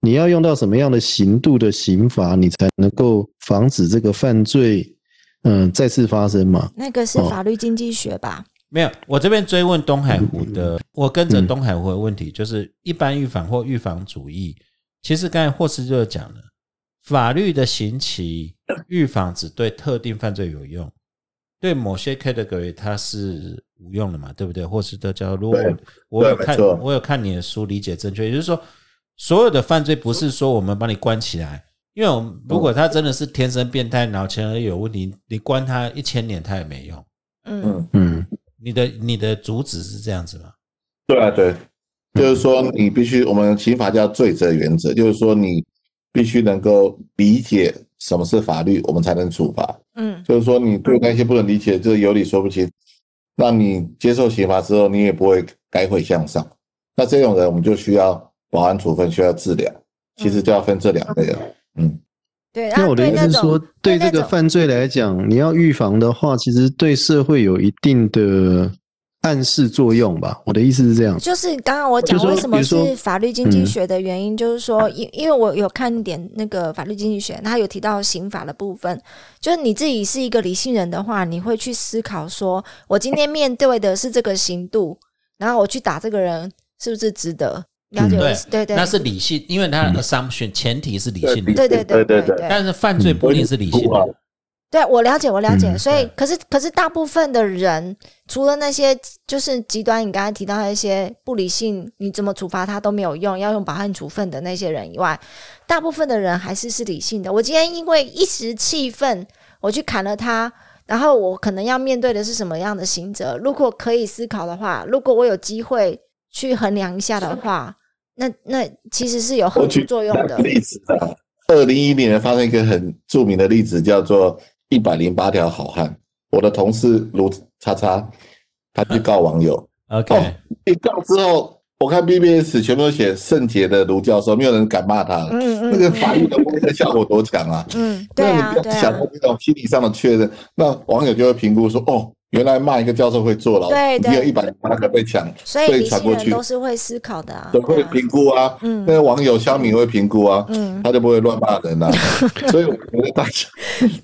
你要用到什么样的刑度的刑罚，你才能够防止这个犯罪，嗯、再次发生嘛？
那个是
哦
法律经济学吧？
没有，我这边追问东海湖
嗯
的，我跟着东海湖的问题，就是一般预防或预防主义，其实刚才霍斯就有讲了，法律的刑期预防只对特定犯罪有用，对某些 category 它是无用的嘛，对不对？霍斯特教，如果
对
我我有
对没
看
错
我有看你的书，理解正确，也就是说，所有的犯罪不是说我们把你关起来。因为我们如果他真的是天生变态、脑前额有问题，你关他一千年他也没用。
嗯，
嗯，
嗯，
你的你的主旨是这样子吗？
对啊，对，就是说你必须，我们刑法叫罪责原则，就是说你必须能够理解什么是法律，我们才能处罚。
嗯
就是说你对那些不能理解，就是有理说不清。那你接受刑罚之后，你也不会改悔向上。那这种人，我们就需要保安处分，需要治疗。其实就要分这两类了。嗯，
啊对。
那
那
我的意思是说，对
对
这
那
个
种
犯罪来讲，你要预防的话，其实对社会有一定的暗示作用吧？我的意思是这样。
就是刚刚我
就
讲
是说
为什么
比如
是
说嗯
法律经济学的原因，就是说，因因为我有看一点那个法律经济学，它有提到刑法的部分。就是你自己是一个理性人的话，你会去思考说，我今天面对的是这个刑度，然后我去打这个人是不是值得？了
嗯
解我意思？对对，
那是理性，因为它的 assumption 前提是理性的，
对对对
对
对
对
但是犯罪不一定是理性
我也
的。
对，我了解，我了解。
嗯
所以，可是，可是，大部分的人，除了那些就是极端，你刚才提到的一些不理性，你怎么处罚他都没有用，要用保汉处分的那些人以外，大部分的人还是是理性的。我今天因为一时气愤，我去砍了他，然后我可能要面对的是什么样的刑责？如果可以思考的话，如果我有机会去衡量一下的话， 那那其实是有
我
后续
举
作用的。
例子啊，二零一零年发生一个很著名的例子，叫做“一百零八条好汉”。我的同事卢叉叉，他去告网友，
OK，
一告之后，我看 BBS 全部都写圣洁的卢教授，没有人敢骂他了。
嗯
那
嗯
个法律的威慑效果多强啊！
嗯，对
那
啊
你不
对
要想
啊
到，这种心理上的确认，那网友就会评估说，哦，原来骂一个教授会坐牢，
对对嗯
你有一百零八个被抢，
所以
被
理
传
性
过
人
去
都是会思考的啊，
都会
对啊
评估啊。
嗯
那个网友肖敏会评估啊，
嗯，
他就不会乱骂 人啊。所以我觉得大家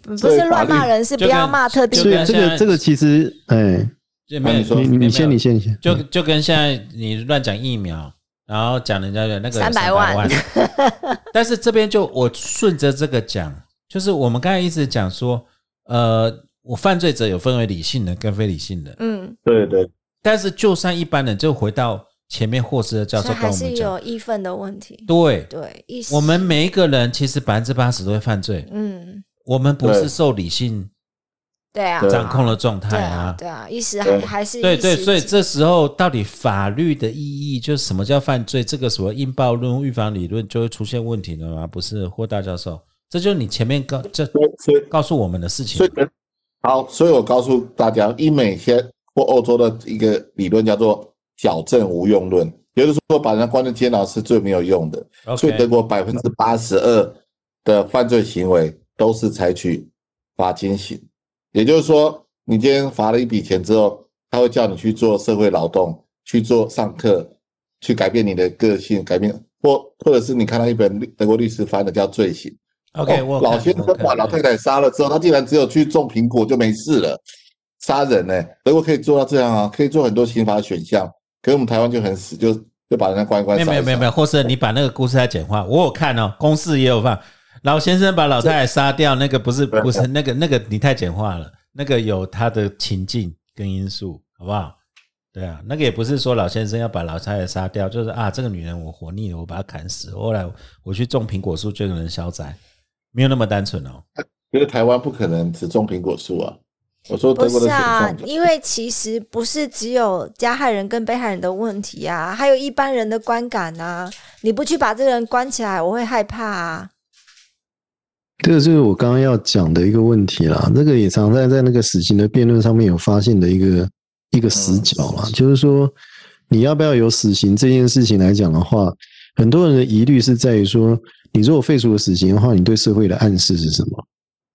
不
所以
是乱
法律
骂人，是不
就跟
要骂特定
所
就跟
人
以这
现在
个这个其实，哎，
就没有
那你说
你你
没有
先，你先，你先，
就就跟现在你乱讲疫苗，然后讲人家的那个
300
300
万，
但是这边就我顺着这个讲，就是我们刚才一直讲说，呃，我犯罪者有分为理性人跟非理性人，
嗯，
对对
但是就算一般人，就回到前面霍斯的教授
所以
跟
还
我
是
们
有
讲，
义愤的问题。
对，
对，意识
我们每一个人其实百分之八十都会犯罪，
嗯，
我们不是
对
受理性
对啊，
对
掌控的状
对
态
啊，
啊。
对啊，意识还
对
还是
对
意
对，
识
所以
集
这时候到底法律的意义，就是什么叫犯罪？这个所谓应暴论、预防理论就会出现问题了吗？不是，霍大教授，这就是你前面告这
对，所以
告诉我们的事情
所以。好，所以我告诉大家，英美先或欧洲的一个理论叫做矫正无用论，也就是说把人关在监牢是最没有用的。所以德
OK，
国百分之八十二的犯罪行为都是采取罚金刑，也就是说，你今天罚了一笔钱之后，他会叫你去做社会劳动，去做上课，去改变你的个性，改变或或者是你看到一本律德国律师翻的叫《罪行》
OK，
哦
我有
老
看
先生
我有
把
看嗯
老太太杀了之后，他竟然只有去种苹果就没事了，杀人呢、德国可以做到这样啊，可以做很多刑罚选项，可是我们台湾就很死，就就把人家关一关
没
杀一
有
杀。
没有没有没有，或是你把那个故事再简 化，我有看哦，公式也有放。老先生把老太太杀掉，那个不是
对
不是那个那个你太简化了，那个有他的情境跟因素，好不好？对啊，那个也不是说老先生要把老太太杀掉，就是啊，这个女人我活腻了，我把她砍死，后来我去种苹果树就能消灾，没有那么单纯 哦。
觉得台湾不可能只种苹果树啊。我说德
不
国
是
的选
啊
项，，
因为其实不是只有加害人跟被害人的问题啊，还有一般人的观感啊。你不去把这个人关起来，我会害怕啊。
这个就是我刚刚要讲的一个问题啦，这个也常在在那个死刑的辩论上面有发现的一个一个嗯死角啦，就是说你要不要有死刑这件事情来讲的话，很多人的疑虑是在于说，你如果废除了死刑的话，你对社会的暗示是什么？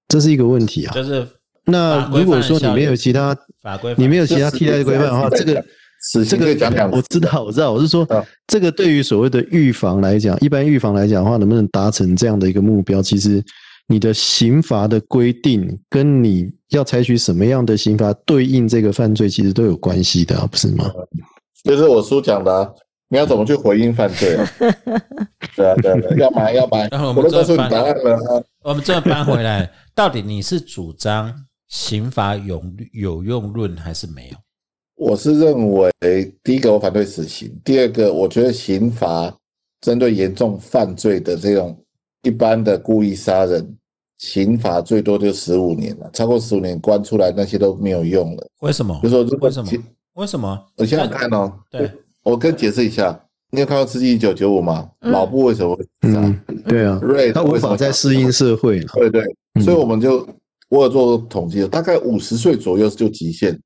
这是一个问题啊。
就是
那如果说你没有其他
法规范
你没有
就
其他替代的规范的话，
死
这
刑
个
死
这
刑可
个
以讲两
我知道，我知道，我是说
嗯，
这个对于所谓的预防来讲，一般预防来讲的话，能不能达成这样的一个目标，其实你的刑罚的规定跟你要采取什么样的刑罚对应这个犯罪，其实都有关系的、啊，不是吗？
就是我叔讲的、啊，你要怎么去回应犯罪、啊？对啊，对啊，对啊要买要买，
然后我
我
们
都告诉
这
你
搬
答案了啊。
我们这搬回来，到底你是主张刑法有有用论还是没有？
我是认为，第一个我反对死刑，第二个我觉得刑罚针对严重犯罪的这种一般的故意杀人，刑罚最多就十五年了，超过十五年关出来那些都没有用了。
为什么？
比如说，如果
为什么
其？
为什么？
我想想看哦，
对，
我跟你解释一下，你有看过《刺激一九九五》吗？
嗯
老布为什么会自杀？
嗯，对啊，
瑞
他
为
无
什
法
么
再适应社会了。
对对，
嗯
所以我们就我有做过统计，大概五十岁左右就极限。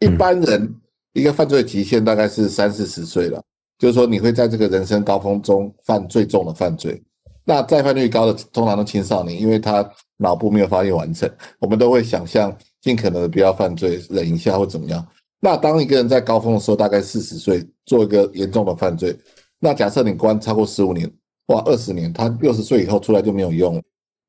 一般人一个犯罪极限大概是三四十岁了，就是说你会在这个人生高峰中犯最重的犯罪。那再犯率高的通常都青少年，因为他脑部没有发育完成。我们都会想象尽可能的不要犯罪，忍一下或怎么样。那当一个人在高峰的时候，大概四十岁，做一个严重的犯罪，那假设你关超过十五年，哇，二十年，他六十岁以后出来就没有用了。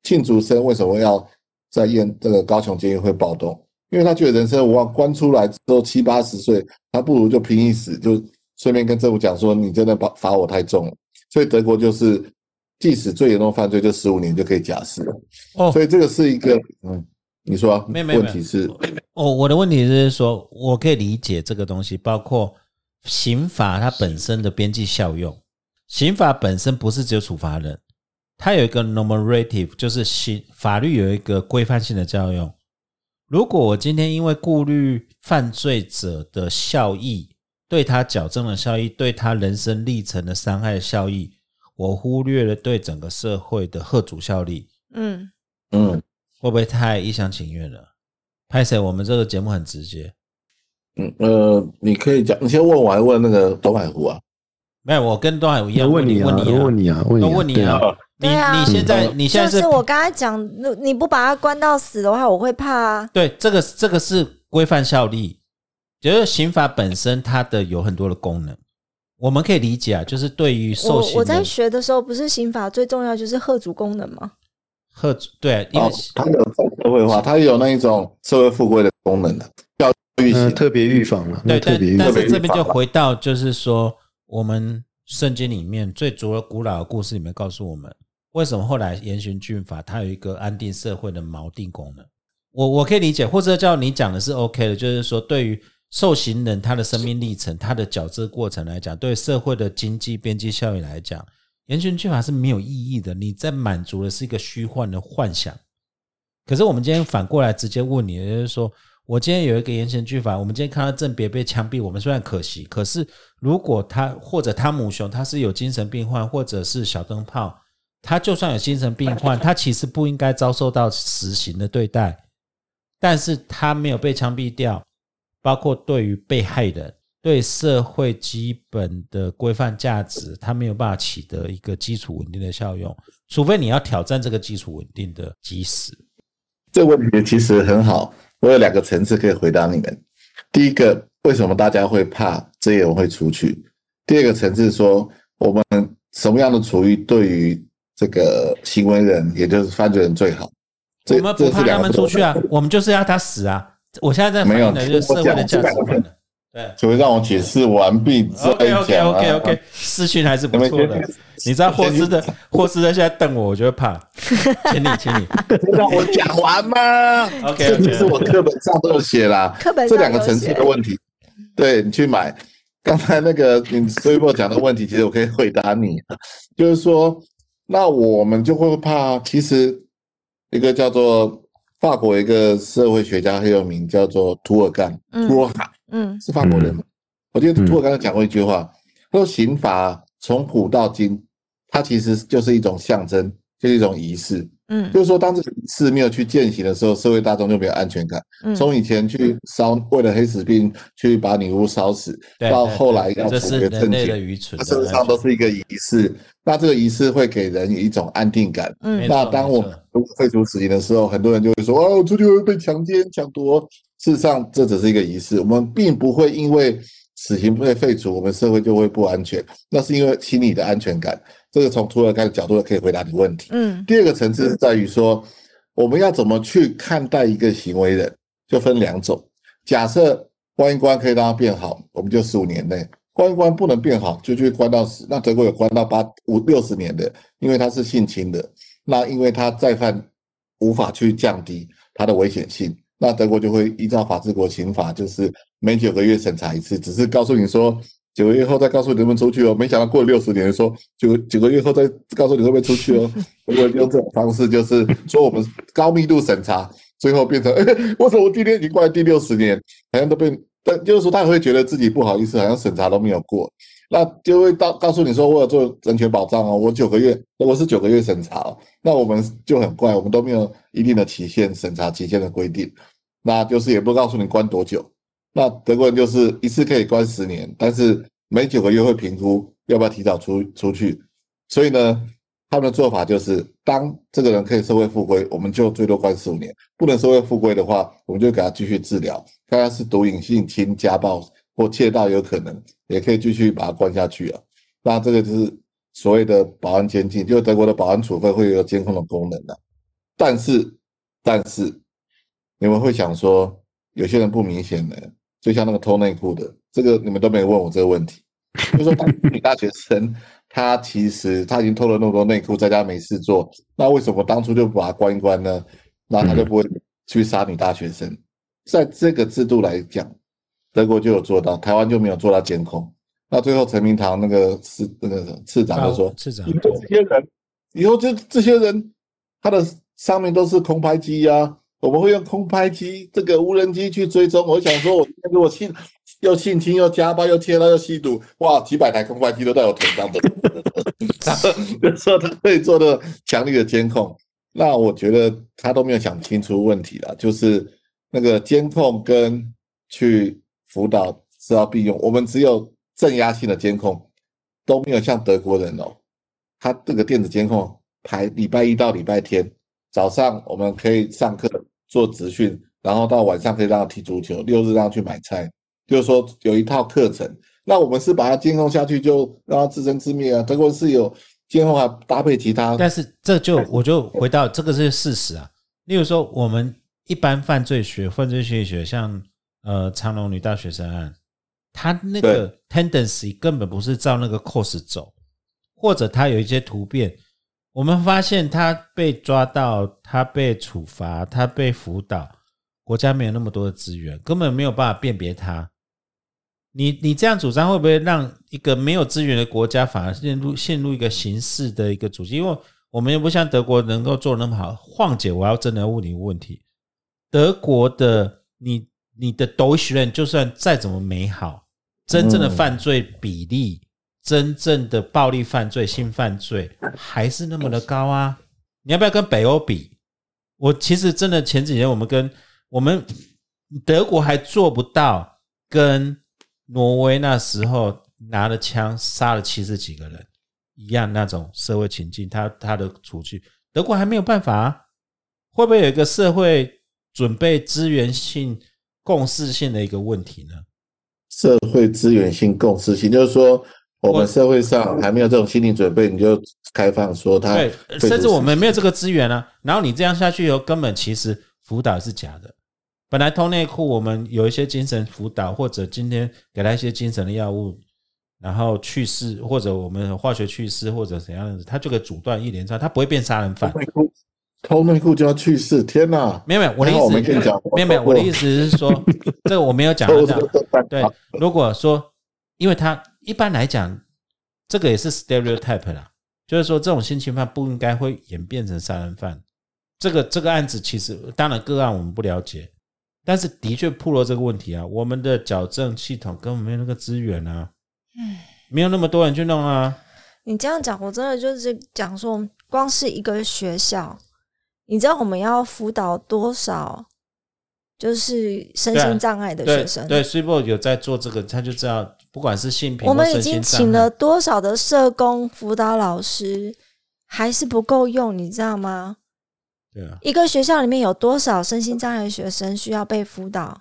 庆竹生为什么要在验这个高雄监狱会暴动？因为他觉得人生无望，关出来之后七八十岁，他不如就拼一死，就顺便跟政府讲说，你真的把罚我太重了。所以德国就是，即使最严重犯罪，就十五年就可以假释了。
哦哎
所以这个是一个，嗯，你说、啊，
没有没有
问题是，
哦，我的问题是说，我可以理解这个东西，包括刑法它本身的边际效用。刑法本身不是只有处罚人，它有一个 normative，就是刑法律有一个规范性的效用。如果我今天因为顾虑犯罪者的效益，对他矫正的效益，对他人生历程的伤害效益，我忽略了对整个社会的贺主效力，
嗯，
嗯
会不会太一厢情愿了？拍谁？我们这个节目很直接。
嗯呃，你可以讲，你先问我，还问那个董海湖啊，
没有，我跟段海一
要
样
问
你，
你啊，
问
要问
你
你啊，
啊，
问你
都
啊，
问你
对
啊
啊，！
你
对啊
你现在你现在
就是是我刚才讲，你你不把他关到死的话，我会怕啊。
对这个这个是规范效力，就是刑法本身它的有很多的功能，我们可以理解啊，就是对于受
我
刑
我在
人
学的时候，不是刑法最重要就是贺主功能 吗？
贺对，啊因为、
哦，它有社会化，它有那一种社会富贵的功能的，教育
嗯，
型。
特别预防了，那
对，
特别
但
预
但
防。
是这边就回到就是说，我们圣经里面最主要古老的故事里面告诉我们，为什么后来严刑峻法它有一个安定社会的锚定功能。我我可以理解，或者叫你讲的是 OK 的，就是说对于受刑人他的生命历程、他的矫治过程来讲，对社会的经济边际效益来讲，严刑峻法是没有意义的。你在满足的是一个虚幻的幻想。可是我们今天反过来直接问你，就是说我今天有一个严刑峻法，我们今天看到郑别被枪毙，我们虽然可惜，可是如果他或者汤姆熊他是有精神病患，或者是小灯泡，他就算有精神病患，他其实不应该遭受到死刑的对待，但是他没有被枪毙掉，包括对于被害人。对社会基本的规范价值，他没有办法起得一个基础稳定的效用，除非你要挑战这个基础稳定的基石。
这个问题其实很好，我有两个层次可以回答你们。第一个，为什么大家会怕这些人会出去？第二个层次说，我们什么样的处遇对于这个行为人，也就是犯罪人最好？这
我们不
这
怕
是
他
两
们
个
出 去啊，我们就是要他死啊！我现在在反映的就是社会的价值观了。对
所以让我解释完毕之后
，OK OK
再讲啊
OK OK，私讯还是不
你们
错
先
的。你知道霍斯的霍斯的现在瞪我，我就会怕。请你，请 你。
先让我讲完吗
OK，OK
这就是我课本上都有写啦。
课本
这
上
两个层次的问题，对你去买。刚才那个你追波讲的问题，其实我可以回答你，就是说，那我们就会怕，其实一个叫做法国一个社会学家很有名，叫做涂尔干，
嗯
涂尔卡，
嗯
是法国人嘛？我记得涂尔刚才讲过一句话，他说刑法从古到今，它其实就是一种象征，就是一种仪式。
嗯
就是说，当这个仪式没有去践行的时候，社会大众就没有安全感。
嗯，
从以前去烧，为了黑死病去把女巫烧死，
对
到
对
后来要
这
处
是
决
人
正
类的
经，
愚蠢
它。身上都是一个仪式。那这个仪式会给人一种安定感。
没错
嗯
那当我
没
们
错
如果废除死刑的时候，很多人就会说：“哦，出去会被强奸、抢夺。”事实上，这只是一个仪式，我们并不会因为死刑被废除，我们社会就会不安全。那是因为心理的安全感。这个从涂尔干的角度可以回答你问题。
嗯
第二个层次是在于说，我们要怎么去看待一个行为人，就分两种。假设关一关可以让他变好，我们就十五年内；关一关不能变好，就去关到死。那德国有关到八五六十年的，因为他是性侵的，那因为他再犯无法去降低他的危险性，那德国就会依照法治国刑法，就是每九个月审查一次，只是告诉你说九个月后再告诉你能不能出去哦。没想到过了六十年说九九个月后再告诉你会不会出去哦。德国用这种方式就是说我们高密度审查，最后变成、哎，为什么我今天已经过了第六十年，好像都被，但就是说他会觉得自己不好意思，好像审查都没有过。那就会到告诉你说，我有做人权保障哦，我九个月，我是九个月审查、哦，那我们就很怪，我们都没有一定的期限审查期限的规定，那就是也不告诉你关多久。那德国人就是一次可以关十年，但是每九个月会评估要不要提早出出去，所以呢，他们的做法就是，当这个人可以社会复归，我们就最多关十五年；不能社会复归的话，我们就给他继续治疗，看他是毒瘾、性侵、家暴或窃盗有可能，也可以继续把他关下去啊。那这个就是所谓的保安监禁，就是德国的保安处分会有监控的功能的、啊但是，但是你们会想说，有些人不明显的，就像那个偷内裤的，这个你们都没有问我这个问题，就说当女大学生，她其实她已经偷了那么多内裤，在家没事做，那为什么当初就不把她关一关呢？那她就不会去杀女大学生。在这个制度来讲，德国就有做到，台湾就没有做到监控。那最后陈明堂那个司那个次长就说，
市长
以后这些人，以后这这些人，他的上面都是空拍机呀、我们会用空拍机这个无人机去追踪。我想说，我今天如果性又性侵又家暴又窃盗又吸毒，哇，几百台空拍机都在我头上的， 就是说他可以做的强力的监控。那我觉得他都没有想清楚问题了，就是那个监控跟去辅导是要必用，我们只有镇压性的监控，都没有像德国人哦，他这个电子监控排礼拜一到礼拜天早上我们可以上课做职训，然后到晚上可以让他踢足球，六日让他去买菜，就是说有一套课程。那我们是把它监控下去，就让它自生自灭啊。德国是有监控啊，搭配其他，
但是这就我就回到这个是事实啊。例如说，我们一般犯罪学、犯罪心理学，像呃长隆女大学生案，它那个 tendency 根本不是照那个 course 走，或者它有一些突变。我们发现他被抓到，他被处罚，他被辅导，国家没有那么多的资源，根本没有办法辨别他。你你这样主张会不会让一个没有资源的国家反而陷入陷入一个形式的一个主题？因为我们又不像德国能够做得那么好。晃姐，我要真的问你一个问题：德国的你你的 d e u t s c h l a n 就算再怎么美好，真正的犯罪比例、真正的暴力犯罪、性犯罪还是那么的高啊！你要不要跟北欧比？我其实真的前几年我们跟我们德国还做不到跟挪威那时候拿了枪杀了七十几个人一样那种社会情境，他他的处境，德国还没有办法、啊，会不会有一个社会准备资源性共识性的一个问题呢？
社会资源性、共识性，就是说我
我
们社会上还没有这种心理准备，你就开放说他
对，
哎被
甚至
毒死
我们没有这个资源啊。然后你这样下去以后，根本其实辅导是假的。本来偷内裤，我们有一些精神辅导，或者今天给他一些精神的药物，然后去世，或者我们有化学去世，或者怎样的，他就可以阻断一连串，他不会变杀人犯
偷。内裤，偷内裤就要去世，天哪！
没有没有，我的意
还好我
思
没跟你讲
没有没有，我的意
思，
思是说，这个我没有讲到
偷
这样。对，如果说，因为他一般来讲，这个也是 stereotype 啦，就是说这种性侵犯不应该会演变成杀人犯。这个这个案子其实当然个案我们不了解，但是的确铺露这个问题啊，我们的矫正系统根本没有那个资源啊，
嗯，
没有那么多人去弄啊。
你这样讲，我真的就是讲说，光是一个学校，你知道我们要辅导多少，就是身
对啊
心障碍的
对
学生？
对 s u p e 有在做这个，他就知道，不管是性平
我
或
们已
身
经
心
请
障
了
碍，
多少的社工辅导老师，还是不够用，你知道吗？
对啊，
一个学校里面有多少身心障碍的学生需要被辅导？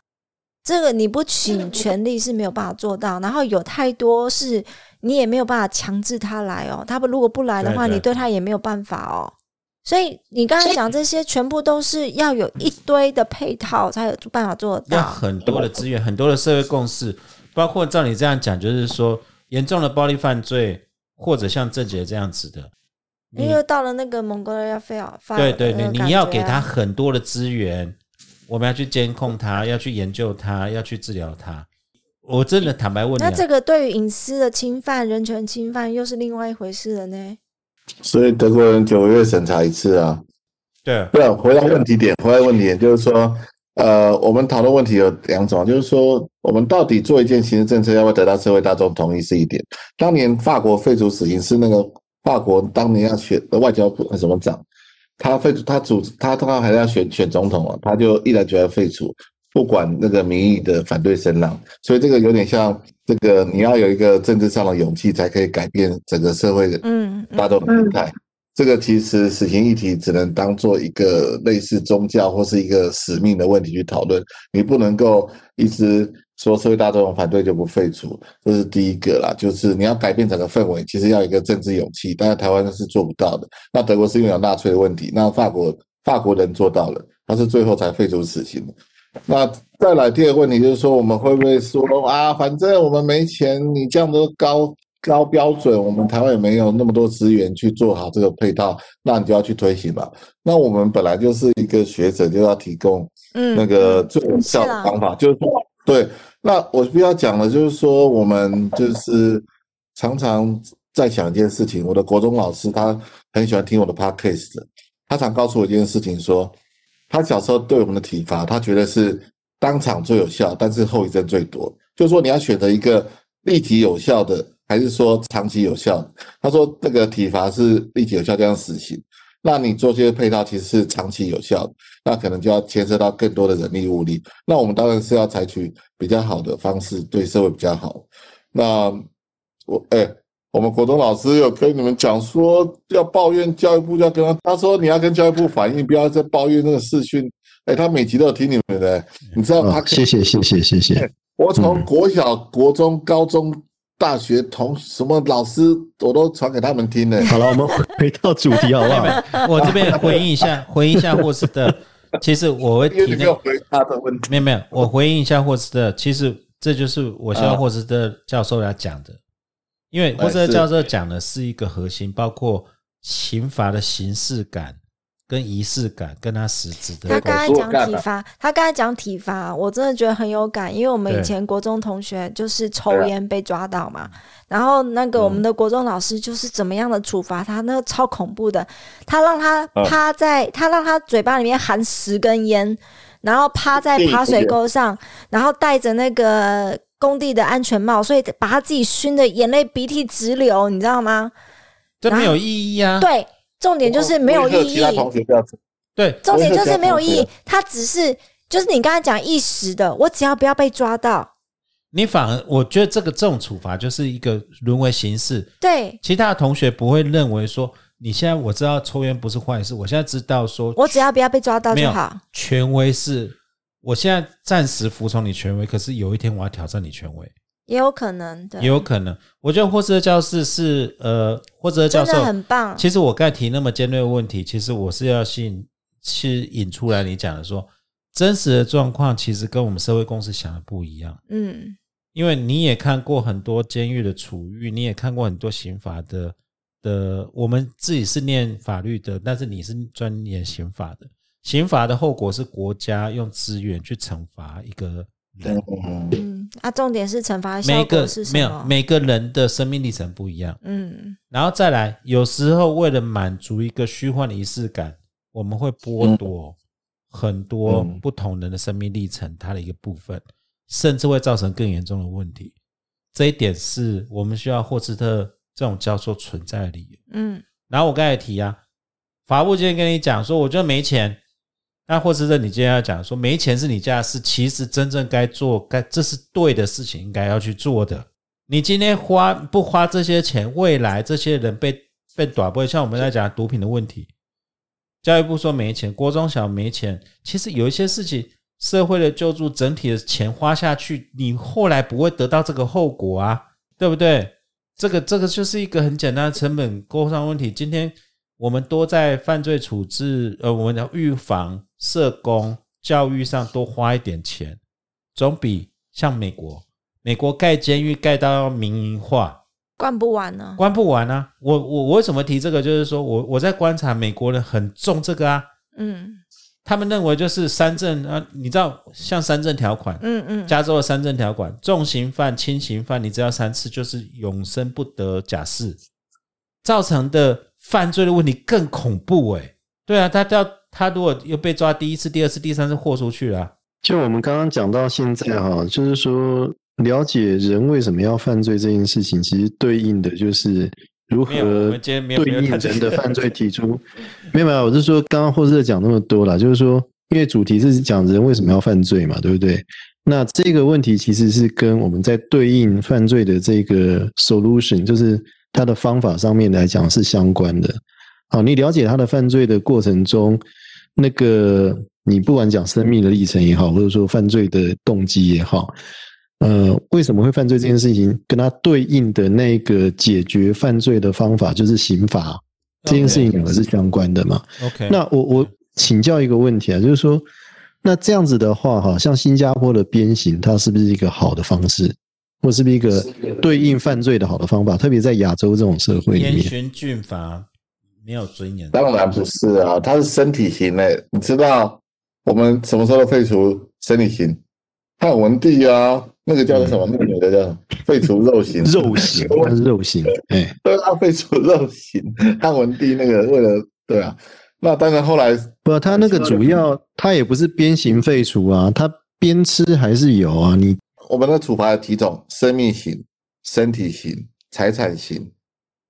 这个你不请全力是没有办法做到，然后有太多是你也没有办法强制他来哦。他们如果不来的话，
对对
你对他也没有办法哦。所以你刚才讲这些，全部都是要有一堆的配套才有办法做得
要
到。
很多的资源，很多的社会共识，包括照你这样讲，就是说严重的暴力犯罪，或者像郑杰这样子的，
因
你
为到了那个蒙哥要非要发，
对对
那个
对，
感
你要
觉
给他
啊
很多的资源，我们要去监控他，要去研究他，要去治疗他。我真的坦白问你、
那
啊，
这个对于隐私的侵犯、人权侵犯又是另外一回事了呢。
所以德国人九个月审查一次啊。
对
对，回到问题点，回到问题点，就是说，呃，我们讨论问题有两种，就是说，我们到底做一件行政政策，要不要得到社会大众同意是一点。当年法国废除死刑是那个法国当年要选外交部呃什么长，他废除他主他通常还要选选总统啊，他就毅然决然废除，不管那个民意的反对声浪，所以这个有点像这个你要有一个政治上的勇气，才可以改变整个社会的
嗯，嗯
大众的心态。这个其实死刑议题只能当做一个类似宗教或是一个使命的问题去讨论，你不能够一直说社会大众反对就不废除，这是第一个啦。就是你要改变整个氛围，其实要有一个政治勇气，但是台湾是做不到的。那德国是因为有纳粹的问题，那法国法国人做到了，他是最后才废除死刑的。那再来第二个问题就是说，我们会不会说啊，反正我们没钱，你这样的高高标准，我们台湾也没有那么多资源去做好这个配套，那你就要去推行吧。那我们本来就是一个学者，就要提供
嗯，
那个最有效
是啊啦
的方法，就是说，对。那我必须要讲的就是说，我们就是常常在想一件事情。我的国中老师他很喜欢听我的 podcast，的他常告诉我一件事情说他小时候对我们的体罚，他觉得是当场最有效，但是后遗症最多。就是说，你要选择一个立即有效的，还是说长期有效的？他说，这个体罚是立即有效，就像死刑。那你做这些配套，其实是长期有效的。那可能就要牵涉到更多的人力物力。那我们当然是要采取比较好的方式，对社会比较好。那我哎、我们国中老师有跟你们讲说，要抱怨教育部，要跟他他说你要跟教育部反映，不要再抱怨那个视讯，哎，他每集都有听你们的，你知道他
哦，谢嗯谢谢谢谢 谢，
我从国小、国中、高中、大学同什么老师，我都传给他们听呢。
好了，我们回到主题好不好？
我这边回应一下，回应一下霍斯特。其实我会
因为
提
你
那
没有回答的问题，
没有没有，我回应一下霍斯特。其实这就是我
啊
希望霍斯特教授要讲的，因为霍斯特教授讲的是一个核心，包括刑罚的形式感跟仪式感，跟他实质的
他
关
刚才
我说我
讲
干
体
了
罚，他刚才讲体罚，我真的觉得很有感，因为我们以
对
前国中同学就是
对
抽
啊嗯
烟被抓到嘛，然后那个我们的国中老师就是怎么样的处罚他，那个超恐怖的，他让他
嗯
趴在，他让他嘴巴里面含十根烟，然后趴在
对
爬水沟上，然后戴着那个工地的安全帽，所以把他自己熏的眼泪鼻涕直流，你知道吗？
这没有意义啊。
对，重点就是没有
威吓
意
其
义。
他同学不要吃
对
重点
我也
就是是没有意
这样
义
觉得，
他只是就是你刚才讲一时的，我只要不要被抓到，
你反而我觉得这个这种处罚就是一个沦为形式，
对
其他的同学不会认为说你现在我知道抽烟不是坏事，我现在知道说
我只要不要被抓到
没
就
有
好。
权威是，我现在暂时服从你权威，可是有一天我要挑战你权威，
也有可能，对，
也有可能。我觉得霍斯特教室是呃，霍斯特教
真的
授
很棒。
其实我刚才提那么尖锐的问题，其实我是要引去引出来你讲的说，真实的状况其实跟我们社会公司想的不一样。
嗯，
因为你也看过很多监狱的处遇，你也看过很多刑法的的，我们自己是念法律的，但是你是专研刑法的。刑法的后果是国家用资源去惩罚一个人，
嗯，
嗯，啊，重点是惩罚的
每
效
一个
果是什
没有
么？
每个人的生命历程不一样，
嗯，
然后再来，有时候为了满足一个虚幻的仪式感，我们会剥夺很多
嗯
不同人的生命历程它的一个部分，甚至会造成更严重的问题。这一点是我们需要霍斯特这种教授存在的理由。
嗯，
然后我刚才也提啊，法务今天跟你讲说，我就没钱。那霍斯特，你今天要讲说没钱是你家的事，其实真正该做该这是对的事情，应该要去做的。你今天花不花这些钱，未来这些人被被打不会像我们在讲毒品的问题，教育部说没钱，国中小没钱，其实有一些事情，社会的救助整体的钱花下去，你后来不会得到这个后果啊，对不对？这个这个就是一个很简单的成本沟上问题。今天我们多在犯罪处置，呃，我们的预防、社工、教育上多花一点钱，总比像美国，美国盖监狱盖到要民营化，
灌不完呢。
关不完啊。我我我为什么提这个？就是说我我在观察美国人很重这个啊，
嗯
他们认为就是三证啊，你知道像三证条款，
嗯嗯，
加州的三证条款，重刑犯、轻刑犯，你只要三次就是永生不得假释，造成的犯罪的问题更恐怖诶、对啊，他要他如果又被抓第一次、第二次、第三次豁出去了、
就我们刚刚讲到现在哈，就是说了解人为什么要犯罪这件事情，其实对应的就是如
没有，我
何
们今天没有
对
没有
应
谈这
人的
个
犯 罪提出。没有没有，我是说刚刚霍斯特讲那么多啦，就是说因为主题是讲人为什么要犯罪嘛，对不对？那这个问题其实是跟我们在对应犯罪的这个 solution，就是它的方法上面来讲是相关的。好，哦你了解他的犯罪的过程中，那个你不管讲生命的历程也好，或者说犯罪的动机也好，呃，为什么会犯罪这件事情，跟他对应的那个解决犯罪的方法就是刑罚这件事情，两个是相关的嘛？
OK，
那我我请教一个问题啊，就是说，那这样子的话，哈，像新加坡的鞭刑，它是不是一个好的方式，或是不是一个对应犯罪的好的方法？特别在亚洲这种社会里
严
面，
刑峻法没有尊严，
当然不是啊，他是身体型嘞。你知道我们什么时候废除身体型？汉文帝啊，那个叫什么？那个女的叫什么？废除肉刑，
肉 刑，它是肉刑，哎、
对啊，废除肉刑。汉文帝那个为了对啊，那当然后来
不，他那个主要，他也不是鞭刑废除啊，他鞭笞还是有啊。你
我们的处罚有几种：生命刑、身体刑、财产刑，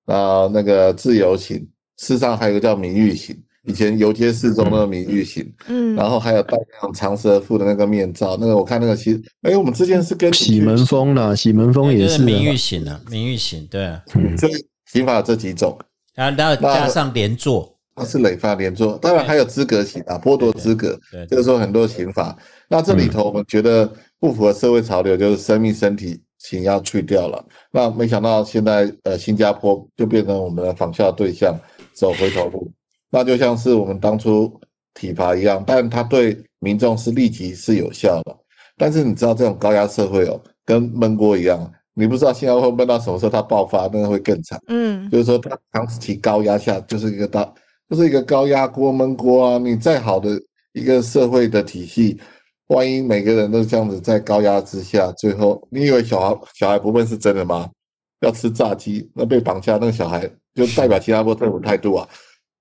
啊、那个自由刑。世上还有一个叫名誉刑，以前游街示众那个名誉刑，
嗯，
然后还有戴上长舌妇的那个面罩，那个我看那个其实，哎，我们之前是跟你去
洗门风啦，洗门风也、
哎就是名誉
啊，
刑啊，名誉刑对、啊，
嗯
所以刑法有这几种，
然后然后加上连坐，
那是累犯连坐，当然还有资格刑啊，剥夺资格，
对，嗯
这个时候很多刑法。那这里头我们觉得不符合社会潮流，就是生命身体刑要去掉了。那没想到现在呃，新加坡就变成我们的仿效对象，走回头路。那就像是我们当初体罚一样，但它对民众是立即是有效的。但是你知道这种高压社会哦，跟闷锅一样，你不知道新加坡闷到什么时候它爆发，那会更惨。
嗯，
就是说它长期高压下就是一个大，就是一个高压锅闷锅啊。你再好的一个社会的体系，万一每个人都这样子在高压之下，最后你以为小孩小孩不问是真的吗？要吃炸鸡，那被绑架那个小孩就代表新加坡政府态度啊。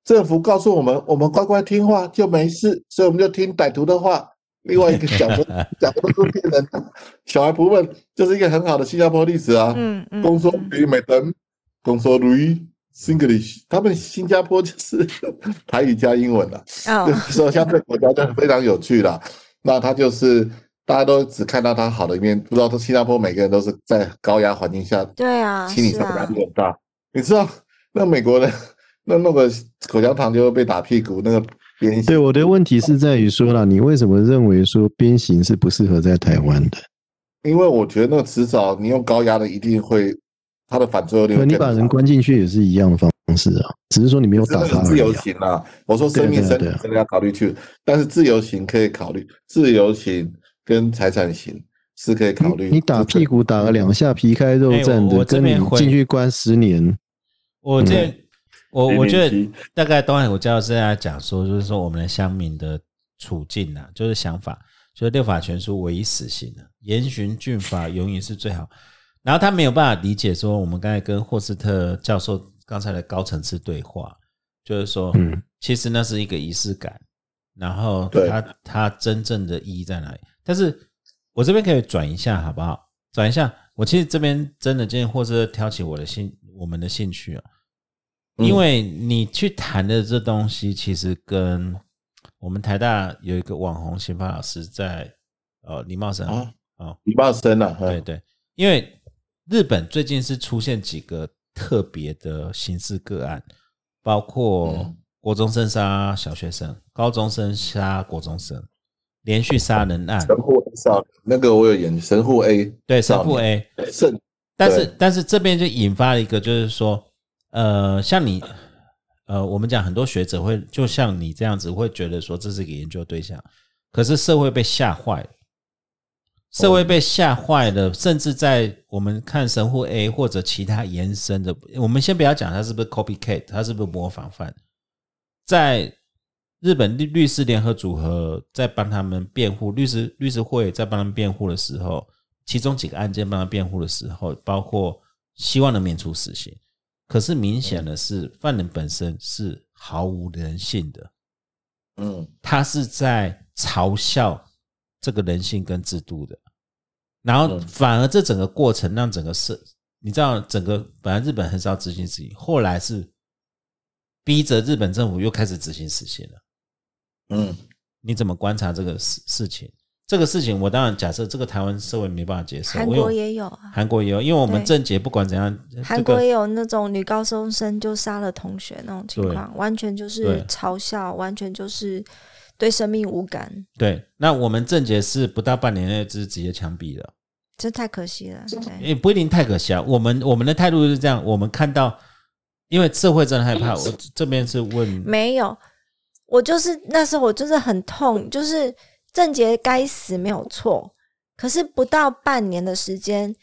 政府告诉我们，我们乖乖听话就没事，所以我们就听歹徒的话。另外一个讲的讲的都是骗人的，小孩不问，就是一个很好的新加坡例子啊。
嗯嗯，
公说
嗯
比美登，公说驴 Singlish，他们新加坡就是 台语加英文了、
哦
就， 是说像这个国家就非常有趣啦。那他就是大家都只看到他好的一面，不知道他新加坡每个人都是在高压环境下，
对啊，
心理
是
上
啊，
压力很大。你知道那美国人 那弄个口香糖就会被打屁股，那个鞭
对，我的问题是在于说啦，你为什么认为说鞭刑是不适合在台湾的？
因为我觉得那个迟早你用高压的一定会，它的反作用力会
对，你
更
把
大
人关进去也是一样的方式啊，只是说你没有
真
打
的
他
是
而
自由
已啊、
行啦、我说生命
对啊
生
对啊对啊
真的要考虑去，但是自由行可以考虑，自由行跟财产行是可以考虑。
你你打屁股打个两下，皮开肉
哎
绽
我
的，
我这
跟你
边会
进去关十年，
我这我
零
我
零
觉得
七
大概东海我教是在讲说，就是说我们的乡民的处境啊，就是想法，就是六法全书唯一死刑的、严刑峻法永远是最好。然后他没有办法理解说，我们刚才跟霍斯特教授刚才的高层次对话，就是说，
嗯，
其实那是一个仪式感，然后
对
它它真正的意义在哪里？但是我这边可以转一下，好不好？转一下，我其实这边真的今天或是挑起我的兴我们的兴趣啊、
嗯
因为你去谈的这东西，其实跟我们台大有一个网红刑法老师在呃李茂生
啊
哦，
礼貌生啊，
对
嗯
对，因为日本最近是出现几个特别的刑事个案，包括
嗯
国中生杀小学生、高中生杀国中生，连续杀人案，
神户 A 少年那个我有演神户 A
对，神父
少
A。
圣
但是
对
但是这边就引发了一个，就是说，呃，像你，呃，我们讲很多学者会，就像你这样子，会觉得说这是一个研究对象，可是社会被吓坏了，社会被吓坏了，甚至在我们看神户 A 或者其他延伸的，我们先不要讲他是不是 copycat，他是不是模仿犯，在日本律律师联合组合在帮他们辩护，律师律师会在帮他们辩护的时候，其中几个案件帮他辩护的时候，包括希望能免除死刑，可是明显的是，犯人本身是毫无人性的，
嗯
他是在嘲笑这个人性跟制度的，然后
嗯
反而这整个过程让整个社，你知道，整个本来日本很少执行死刑，后来是逼着日本政府又开始执行死刑了。
嗯
你怎么观察这个事事情？这个事情，我当然假设这个台湾社会没办法接受，
韩
因为
国
我
也有啊，
韩国也有，因为我们
对
政界不管怎样，
韩
这
国
个
也有那种女高中生就杀了同学那种情
对
况，完全就是
对
嘲笑，完全就是对生命无感，
对，那我们政界是不到半年内就是直接枪毙了，
这太可惜了。对，
也不一定太可惜啊。我们我们的态度是这样，我们看到，因为社会真的害
哎
怕，我这边是问，
没有，我就是那时候我就是很痛，就是郑杰该死没有错，可是不到半年的时间，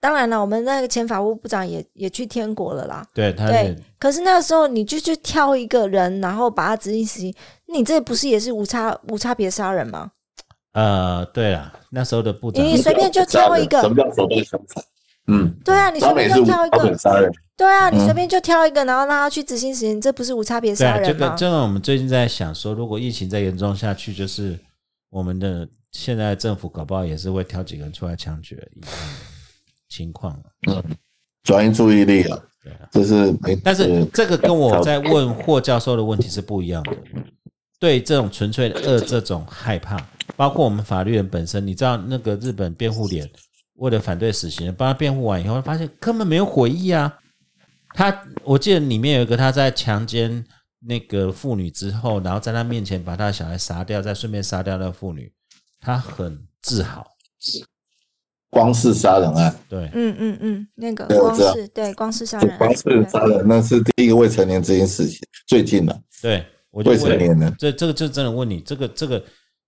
当然了，我们那个前法务部长也也去天国了啦。
对，他
对
是，
可是那个时候你就去挑一个人，然后把他执行死刑，你这不是也是无差无差别杀人吗？
呃，对了，那时候的部长，啊
你随便就挑一个
什么叫手段相残？嗯，
对啊，你随
他们
便
也是
就
无
挑一
标
个
准，杀人，
对啊，你
嗯
随便就挑一个，然后让他去执行死刑，这不是无差别
对
杀
啊，这
人
个
吗？
这个我们最近在想说，如果疫情再严重下去，就是我们的现在政府搞不好也是会挑几个人出来枪决一样的情况。
转移注意力啊
对啊，
这是没。
但是
呃
这个跟我在问霍教授的问题是不一样的。对这种纯粹的恶，这种害怕，包括我们法律人本身，你知道那个日本辩护联为了反对死刑，帮他辩护完以后，发现根本没有悔意啊。他我记得里面有一个他在强奸那个妇女之后，然后在她面前把她的小孩杀掉，再顺便杀掉那个妇女，她很自豪。
光是杀人啊案，
对，
嗯嗯嗯，那个
对我
光
知道
是对光是杀
就
人案，
光是杀人，那是第一个未成年执行死刑，最近的
对我就
未成
问，
年人，
这这个就真的问你，这个这个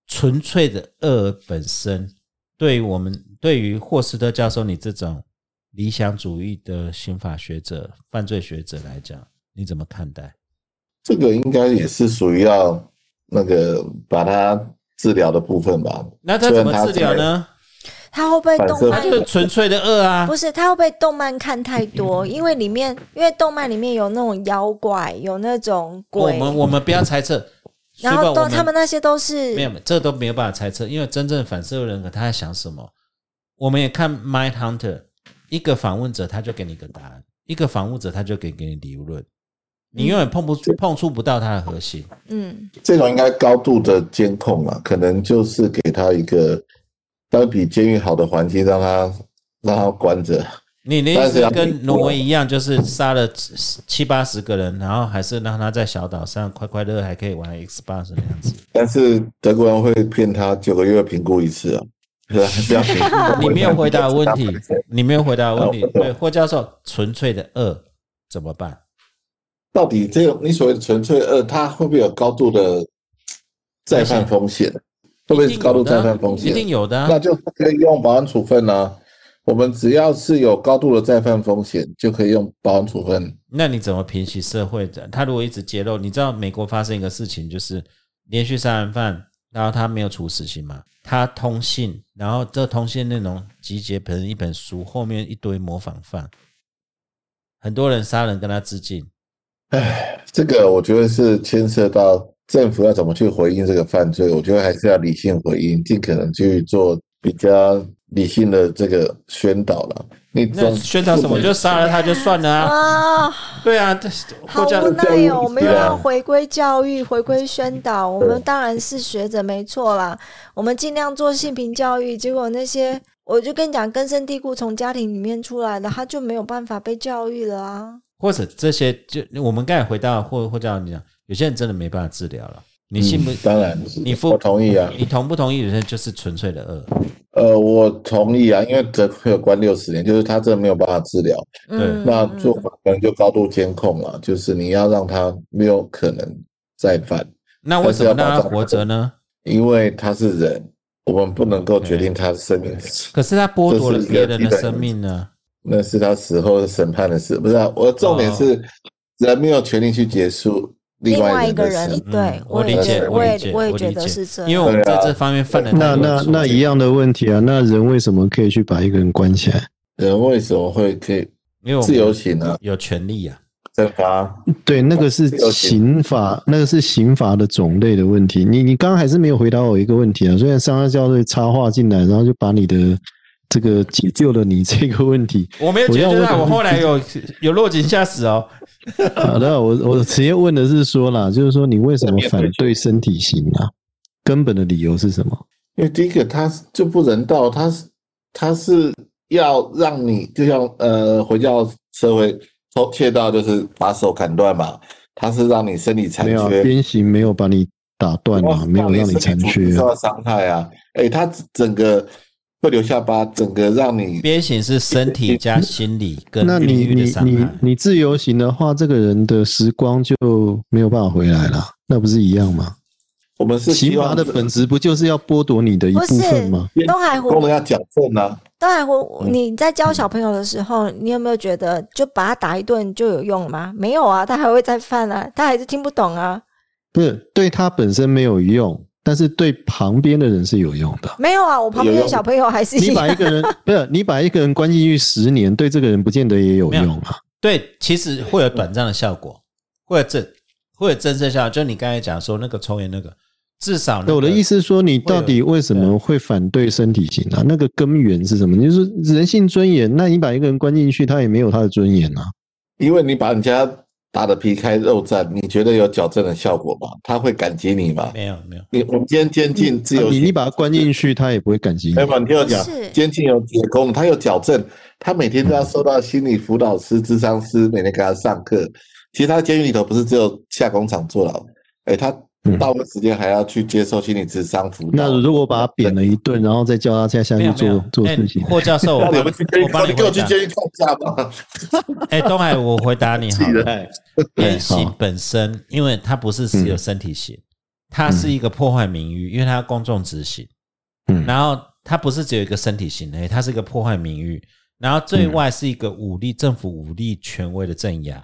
纯粹的恶本身，对于我们对于霍斯特教授你这种理想主义的刑法学者、犯罪学者来讲，你怎么看待？
这个应该也是属于要那个把它治疗的部分吧。
那他
虽
怎
然
么治疗呢？
他会不会
反
动
射
他
漫
就是纯粹的恶啊
不！是，他会不会动漫看太多？因为里面，因为动漫里面有那种妖怪，有那种
我
鬼，
们我们不要猜测，虽
然后
然我
都他们那些都是
没有，这都没有办法猜测，因为真正反社会人格他在想什么，我们也看《Mind Hunter》，一个访问者他就给你一个答案，一个访问者他就给给你理论，你永远碰不碰触不到他的核心。
嗯
这种应该高度的监控嘛，可能就是给他一个，但比监狱好的环境，让他让他关着。
你的意
但是
思
要
跟挪威一样，就是杀了七七八十个人，然后还是让他在小岛上快快乐乐，还可以玩 X 八十那样子。
但是德国人会骗他九个月评估一次啊，是啊还是要评估
你没有回答问题，你没有回答 问题。对，霍教授，纯粹的恶怎么办？
到底这种你所谓的纯粹恶，他会不会有高度的再犯风险？会不会
一定有
高度
的啊
再犯风险？
一定有的啊。
那就可以用保安处分啦、我们只要是有高度的再犯风险，就可以用保安处分。
那你怎么平息社会的？他如果一直揭露，你知道美国发生一个事情，就是连续杀人犯，然后他没有处死刑嘛，他通信，然后这通信内容集结成一本书，后面一堆模仿犯，很多人杀人跟他致敬。
这个我觉得是牵涉到政府要怎么去回应这个犯罪，我觉得还是要理性回应，尽可能去做比较理性的这个宣导了。你
那
总
宣传什么就杀了他就算了啊？
啊，
对啊，这或
好无
者
教
奈
育
哦。我们
对
又
啊
要回归教育，回归宣导。我们当然是学者没错啦，我们尽量做性平教育。结果那些，我就跟你讲，根深蒂固从家庭里面出来的，他就没有办法被教育了啊。
或者这些就我们刚才回到或或者你讲，有些人真的没办法治疗了。你信不？
嗯当然，
你
我
不
同意啊。
你同不同意？有些人就是纯粹的恶。
呃，我同意啊，因为德国有关六十年，就是他真的没有办法治疗，
嗯，
那
嗯
做法可能就高度监控了，就是你要让他没有可能再犯。
那为什么让他活着呢？
因为他是人，我们不能够决
嗯
定他生命，
可是他剥夺了别人的生命呢？
那是他死后审判的事，不是、啊？我重
哦
点是，人没有权利去结束另
另
外
外
一
一
个
个
人的
人
生，
对，
嗯我理
也
解，
觉
我
也
理解，
我也
我
觉
理
得是
解
这，样。
因为我们在
对啊
这方面犯了
那
太多
那
的错
那一，样的问题啊，那人为什么可以去把一个人关起来？
人为什么会可以
因为我们
自由行呢、
有权利啊。
惩罚
对，那个是
这个
刑法，那个是刑法的种类的问题。你你刚刚还是没有回答我一个问题啊，虽然商家教授插话进来，然后就把你的这个解救了你这个问题。
我没有解
我
决
要
到，
问
我后来有有落井下石哦。
好的，我我直接问的是说啦，就是说你为什么反对身体刑啊？根本的理由是什么？
因为第一个他是就不人道，他是他是要让你就像呃回教社会偷窃盗就是把手砍断嘛，他是让你身体残
没有啊
缺，哦
鞭刑，没有把你打断啊，没有让你残缺啊、
受到伤害啊。哎、他整个会留下疤，整个让你
鞭刑是身体加心理跟
那
名
你
誉的
你
伤
你
害。
你自由行的话，这个人的时光就没有办法回来了，那不是一样吗？
我们是
刑
希
罚
望
的本质不就是要剥夺你的一
不
部分
是
吗？
嗯东海湖
功能要矫正啊。
当然，我你在教小朋友的时候，你有没有觉得就把他打一顿就有用了吗？没有啊，他还会再犯啊，他还是听不懂啊。
不是，对他本身没有用，但是对旁边的人是有用 的。
没有啊，我旁边的
有用
小朋友还是
你
一
把一
样。
个人不是，你把一个人关进去十年，对这个人不见得也有
没有
用啊。
对，其实会有短暂的效果，会有正会有真正效果。就你刚才讲说那个抽烟那个，至少那
那我的
个
意思是说，你到底为什么会反对身体刑啊？那个根源是什么？你就是人性尊严。那你把一个人关进去，他也没有他的尊严啊。
因为你把人家打得皮开肉绽，你觉得有矫正的效果吗？他会感激你吗？
没有没有。
你我们今天监禁自
啊
由
你你
行，
把他关进去，他也不会感激你
没。有？你听我讲
是，
监禁有解功能，他有矫正，他每天都要受到心理辅导师、智商师每天给他上课，其实他在监狱里头不是只有下工厂坐牢，哎，他
嗯
大部分时间还要去接受心理咨商辅导。
那如果把他扁了一顿，然后再叫他再下
没
去
有没有
做做
哎
事情，
霍教授，我
那
帮
你们去监狱，
我帮你
给我
回
去
答。
监狱看一下吧。
哎，东海，我回答你好了。
哎，
变形
好嗯
本身，因为它不是只有身体刑，它是一个破坏名誉，因为它要公众执行。
嗯
然后它不是只有一个身体刑而已，它是一个破坏名誉。然后
嗯
最外是一个武力、政府武力权威的镇压，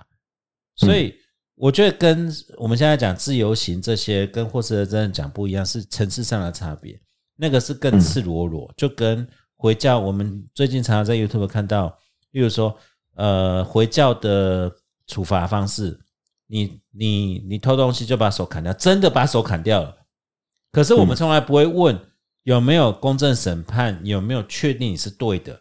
所
嗯
以我觉得跟我们现在讲自由行这些跟霍斯特真的讲不一样，是层次上的差别。那个是更赤裸裸，就跟回教，我们最近常常在 YouTube 看到，例如说，呃，回教的处罚方式，你你你偷东西就把手砍掉，真的把手砍掉了。可是我们从来不会问有没有公正审判，有没有确定你是对的。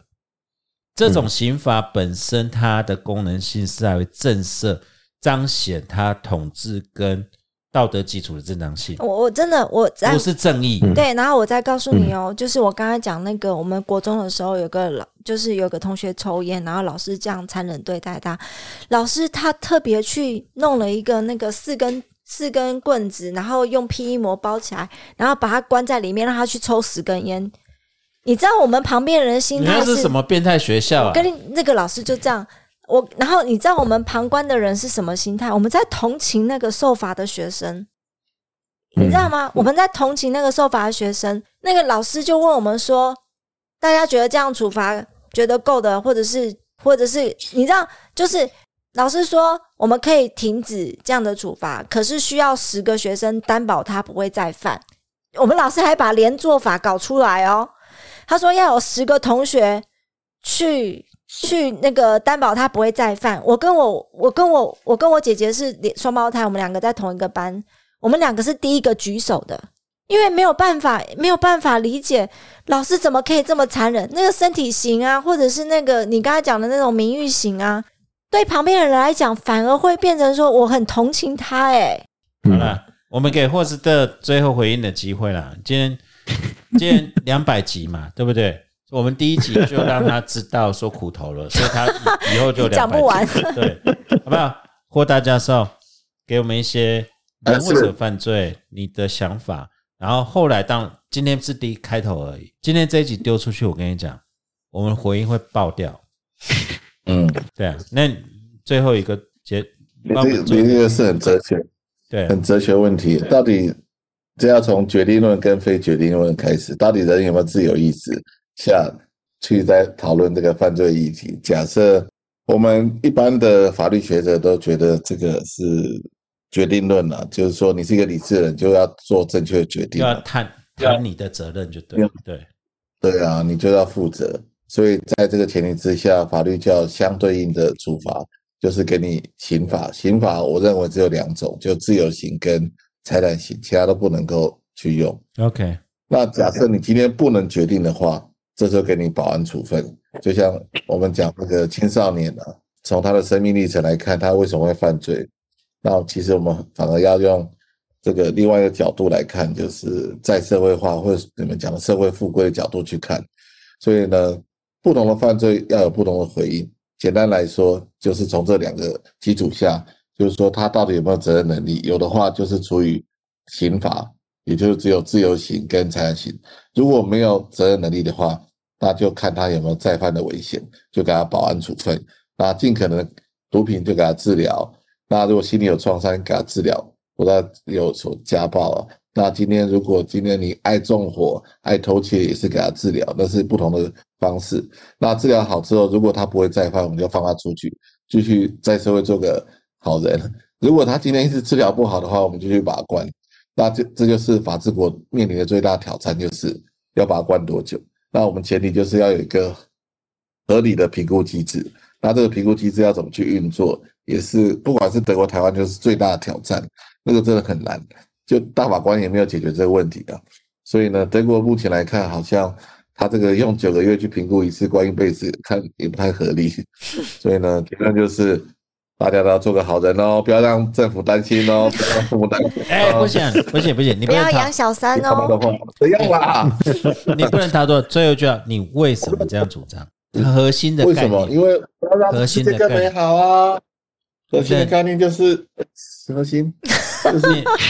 这种刑罚本身它的功能性是在于震慑、彰显它统治跟道德基础的正当性，
我我真的我在
不是正义。
对，然后我再告诉你
嗯
哦，就是我刚才讲那个，我们国中的时候有个老，就是有个同学抽烟，然后老师这样残忍对待他，老师他特别去弄了一个那个四根四根棍子，然后用 PE 膜包起来，然后把他关在里面，让他去抽十根烟。你知道我们旁边人的心
你
态
那是什么变态学校啊
我？跟你那个老师就这样，我然后你知道我们旁观的人是什么心态？我们在同情那个受罚的学生，你知道吗？我们在同情那个受罚的学生。那个老师就问我们说，大家觉得这样处罚觉得够的，或者是或者是你知道，就是老师说我们可以停止这样的处罚，可是需要十个学生担保他不会再犯。我们老师还把连坐法搞出来哦。他说要有十个同学去去那个担保他不会再犯。我跟我我跟我我跟我姐姐是连双胞胎，我们两个在同一个班，我们两个是第一个举手的，因为没有办法没有办法理解老师怎么可以这么残忍。那个身体型啊，或者是那个你刚才讲的那种名誉型啊，对旁边的人来讲，反而会变成说我很同情他、欸。
好
嗯
了，我们给霍斯特最后回应的机会啦。今天 今天两百集嘛，对不对？我们第一集就让他知道说苦头了，所以他以以后就
讲
两百
不完
集， 对，好不好？霍大教授给我们一些人或者犯罪你的想法，然后后来当今天是第一开头而已，今天这一集丢出去，我跟你讲，我们回应会爆掉，
嗯，
对啊。那最后一个结，
你
帮我们嗯
这
做
你这个是很哲学，
对
很哲学问题，到底这要从决定论跟非决定论开始，到底人有没有自由意志下去再讨论这个犯罪议题。假设我们一般的法律学者都觉得这个是决定论了、就是说你是一个理智的人，就要做正确的决定、
要
啊，
摊摊你的责任就对了对。
对啊，你就要负责。所以在这个前提之下，法律就要相对应的处罚，就是给你刑法。刑法我认为只有两种，就自由刑跟财产刑，其他都不能够去用。
OK，
那假设你今天不能决定的话，这时候给你保安处分。就像我们讲那个青少年啊，从他的生命历程来看，他为什么会犯罪？那其实我们反而要用这个另外一个角度来看，就是再社会化或者是你们讲的社会富贵的角度去看。所以呢，不同的犯罪要有不同的回应。简单来说，就是从这两个基础下，就是说他到底有没有责任能力？有的话，就是处于刑罚，也就是只有自由刑跟财产刑。如果没有责任能力的话，那就看他有没有再犯的危险，就给他保安处分。那尽可能毒品就给他治疗。那如果心理有创伤，给他治疗，或者有所家暴啊。那今天如果今天你爱纵火、爱偷窃，也是给他治疗，那是不同的方式。那治疗好之后，如果他不会再犯，我们就放他出去，继续在社会做个好人。如果他今天一直治疗不好的话，我们就去把他关。那这这就是法治国面临的最大挑战，就是要把它关多久。那我们前提就是要有一个合理的评估机制。那这个评估机制要怎么去运作，也是不管是德国、台湾，就是最大的挑战。那个真的很难，就大法官也没有解决这个问题啊。所以呢，德国目前来看，好像他这个用九个月去评估一次关于被子，看也不太合理。 所以呢，结论就是大家都要做个好人哦，不要让政府担心哦，不要让父母担心、哦。
哎、不行 不行不行，你
不
不能
要养
逃，
小三
他们的
哦，
话怎样啦？
你不能逃脱。最后一句啊，你为什哎么这样主张？核心的
嗯为
概
什么？
念
因为要让世界更美好啊。核心的概念就是呃 核心，就是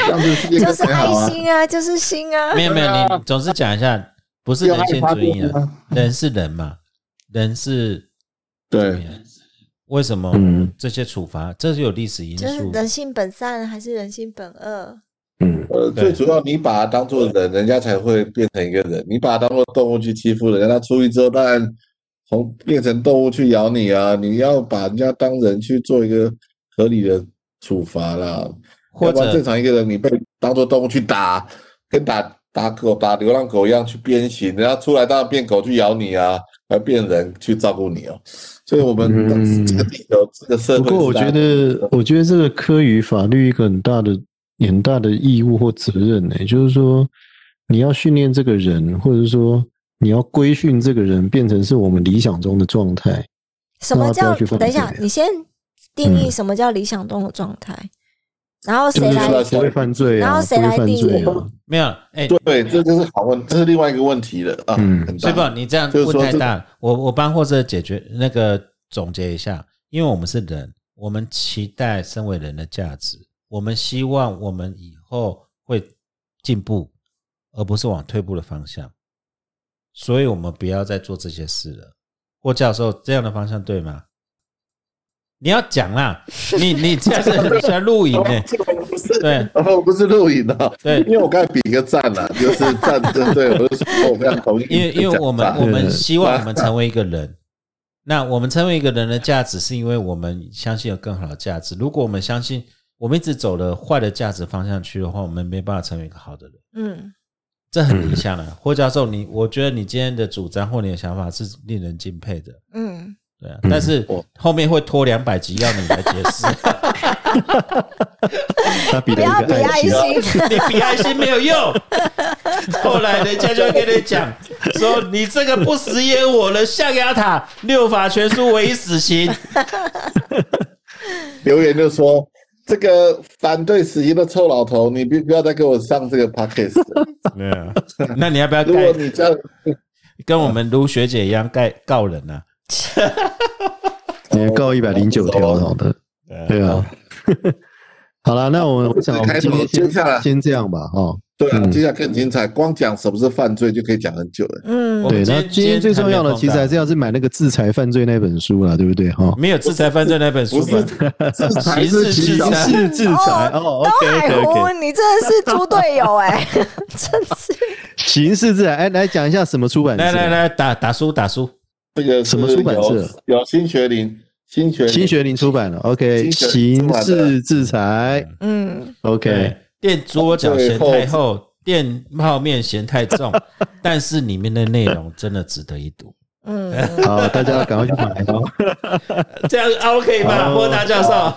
让这个世界
就
更
是
美
爱
好啊。
心啊，就是心啊。
没有没有，你总是讲一下，不是
要
人
爱
性
发
主义
电
啊，
啊，
人是人嘛，人是
对，
为什么
嗯
这些处罚，这是有历史因
就是
素。
人性本善还是人性本恶？
嗯，
呃，
对
最主要你把它当做人，人家才会变成一个人；你把它当做动物去欺负人家，他出狱之后当然从变成动物去咬你啊！你要把人家当人去做一个合理的处罚啦，
或
要不然
者
正常一个人你被当做动物去打，跟打打狗、打流浪狗一样去鞭刑，人家出来当然变狗去咬你啊，还变人去照顾你哦。所以我们
嗯
这个地球、这个社
不
会，
过我觉。得，我觉得这个科于法律一个很大的、很大的义务或责任呢、就是说你要训练这个人，或者说你要规训这个人，变成是我们理想中的状态。
什么
那啊
叫
要不要去？放
等一下
这，个
你先定义
嗯
什么叫理想中的状态，然后
就
谁
是
来
说？
不会犯罪
然
啊，
后
不
谁来
会犯罪
定义
啊。
没有，哎，
对，这就是好问，这是另外一个问题了啊，
嗯
很
所
大
以不，你这样
就是
问
说
太
这个
大了。我我帮或者解决那个总结一下，因为我们是人，我们期待身为人的价值，我们希望我们以后会进步，而不是往退步的方向。所以我们不要再做这些事了。霍教授，这样的方向对吗？你要讲啦，你你这样是很像录影 诶、
哦这个不是，
对
哦，不是录影 的，
对
因为我刚才比一个赞了，就是赞，对对，我就说我非常同意啊
因为
你
因
的讲法，
为我 们我们
对
希望我们成为一个人，那我们成为一个人的价值，是因为我们相信有更好的价值。如果我们相信我们一直走了坏的价值方向去的话，我们没办法成为一个好的人，
嗯，
这很理想的。霍教授，你我觉得你今天的主张或你的想法是令人敬佩的，
嗯，
对啊。但是
我
后面会拖两百集要你来解释，
他比
不
了一
要
个
比爱
爱啊心，
心，
你比爱心没有用。后来人家就会跟你讲说，你这个不食言我的象牙塔六法全书唯一死刑。
留言就说这个反对死刑的臭老头，你别不要再给我上这个 podcast 了。
没有， 那你要不要
如果
盖
你这样，
跟我们卢学姐一样盖告人啊？
你告一百零九条，好的，
呃
对啊。 好了，那我我想我们今天
开头接下来
先先这样吧，哦。
对啊，
嗯
接下来更精彩，光讲什么是犯罪就可以讲很久了。
嗯
我，
对，
们今
那
天
今天最重要的
今天谈没有碰到
其实还是要是买那个制裁犯罪那本书了，对不对？哈，
没有制裁犯罪那本书
不
吗
是？制裁
刑事
是
制
刑
裁
事
是制裁哦，OK
海
OK
湖，
OK，
你真的是猪队友哎， 真是
刑事制裁，哎，来讲一下什么出版社？
来来来，打打书打书，
这个是
什么出版社
有？有新学林，新学林
新学林出版了，OK，
新学林
刑
出版的
事制裁
嗯，
，OK，，
垫桌脚
对
嫌太厚，垫泡面嫌 太重，但是里面的内容真的值得一读。
嗯，
好，大家赶快去买 哦。
这样 OK 吧，
好
霍大教授？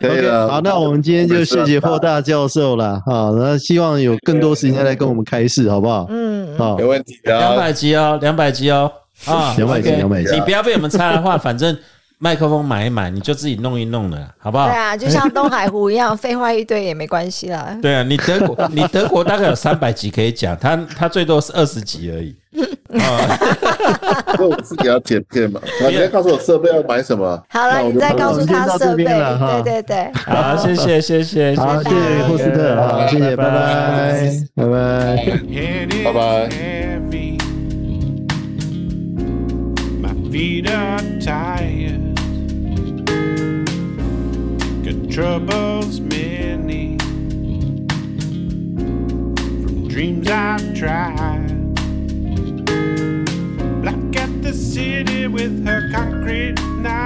可以
OK，
了。
好，那我们今天就谢谢霍大教授了，好，那希望有更多时间来跟我们开示，好不好？
嗯，
好
没，问题
两
啊。
百集哦，两百集哦，啊，
两百集
OK
两百集
你不要被我们插的话， 反正麦克风买一买，你就自己弄一弄了，好不好
对？啊，就像东海湖一样，废话一堆也没关系啦。
对啊，你德国，你德国大概有三百集可以讲，他他最多是二十集而已。
那我自己要剪片嘛，啊然后你要告诉我设备要买什么。
好了，
那我
你
就
再
帮
告
我
诉
们先
他
到这
设备，
边了哈
对对对，
好，谢谢，谢谢，
好，谢谢霍斯特，好，谢谢，拜拜，拜拜。
head is
Bye-bye.
heavy. My feet are tired. Got troubles many from dreams I've tried. Black at the city with her concrete knife.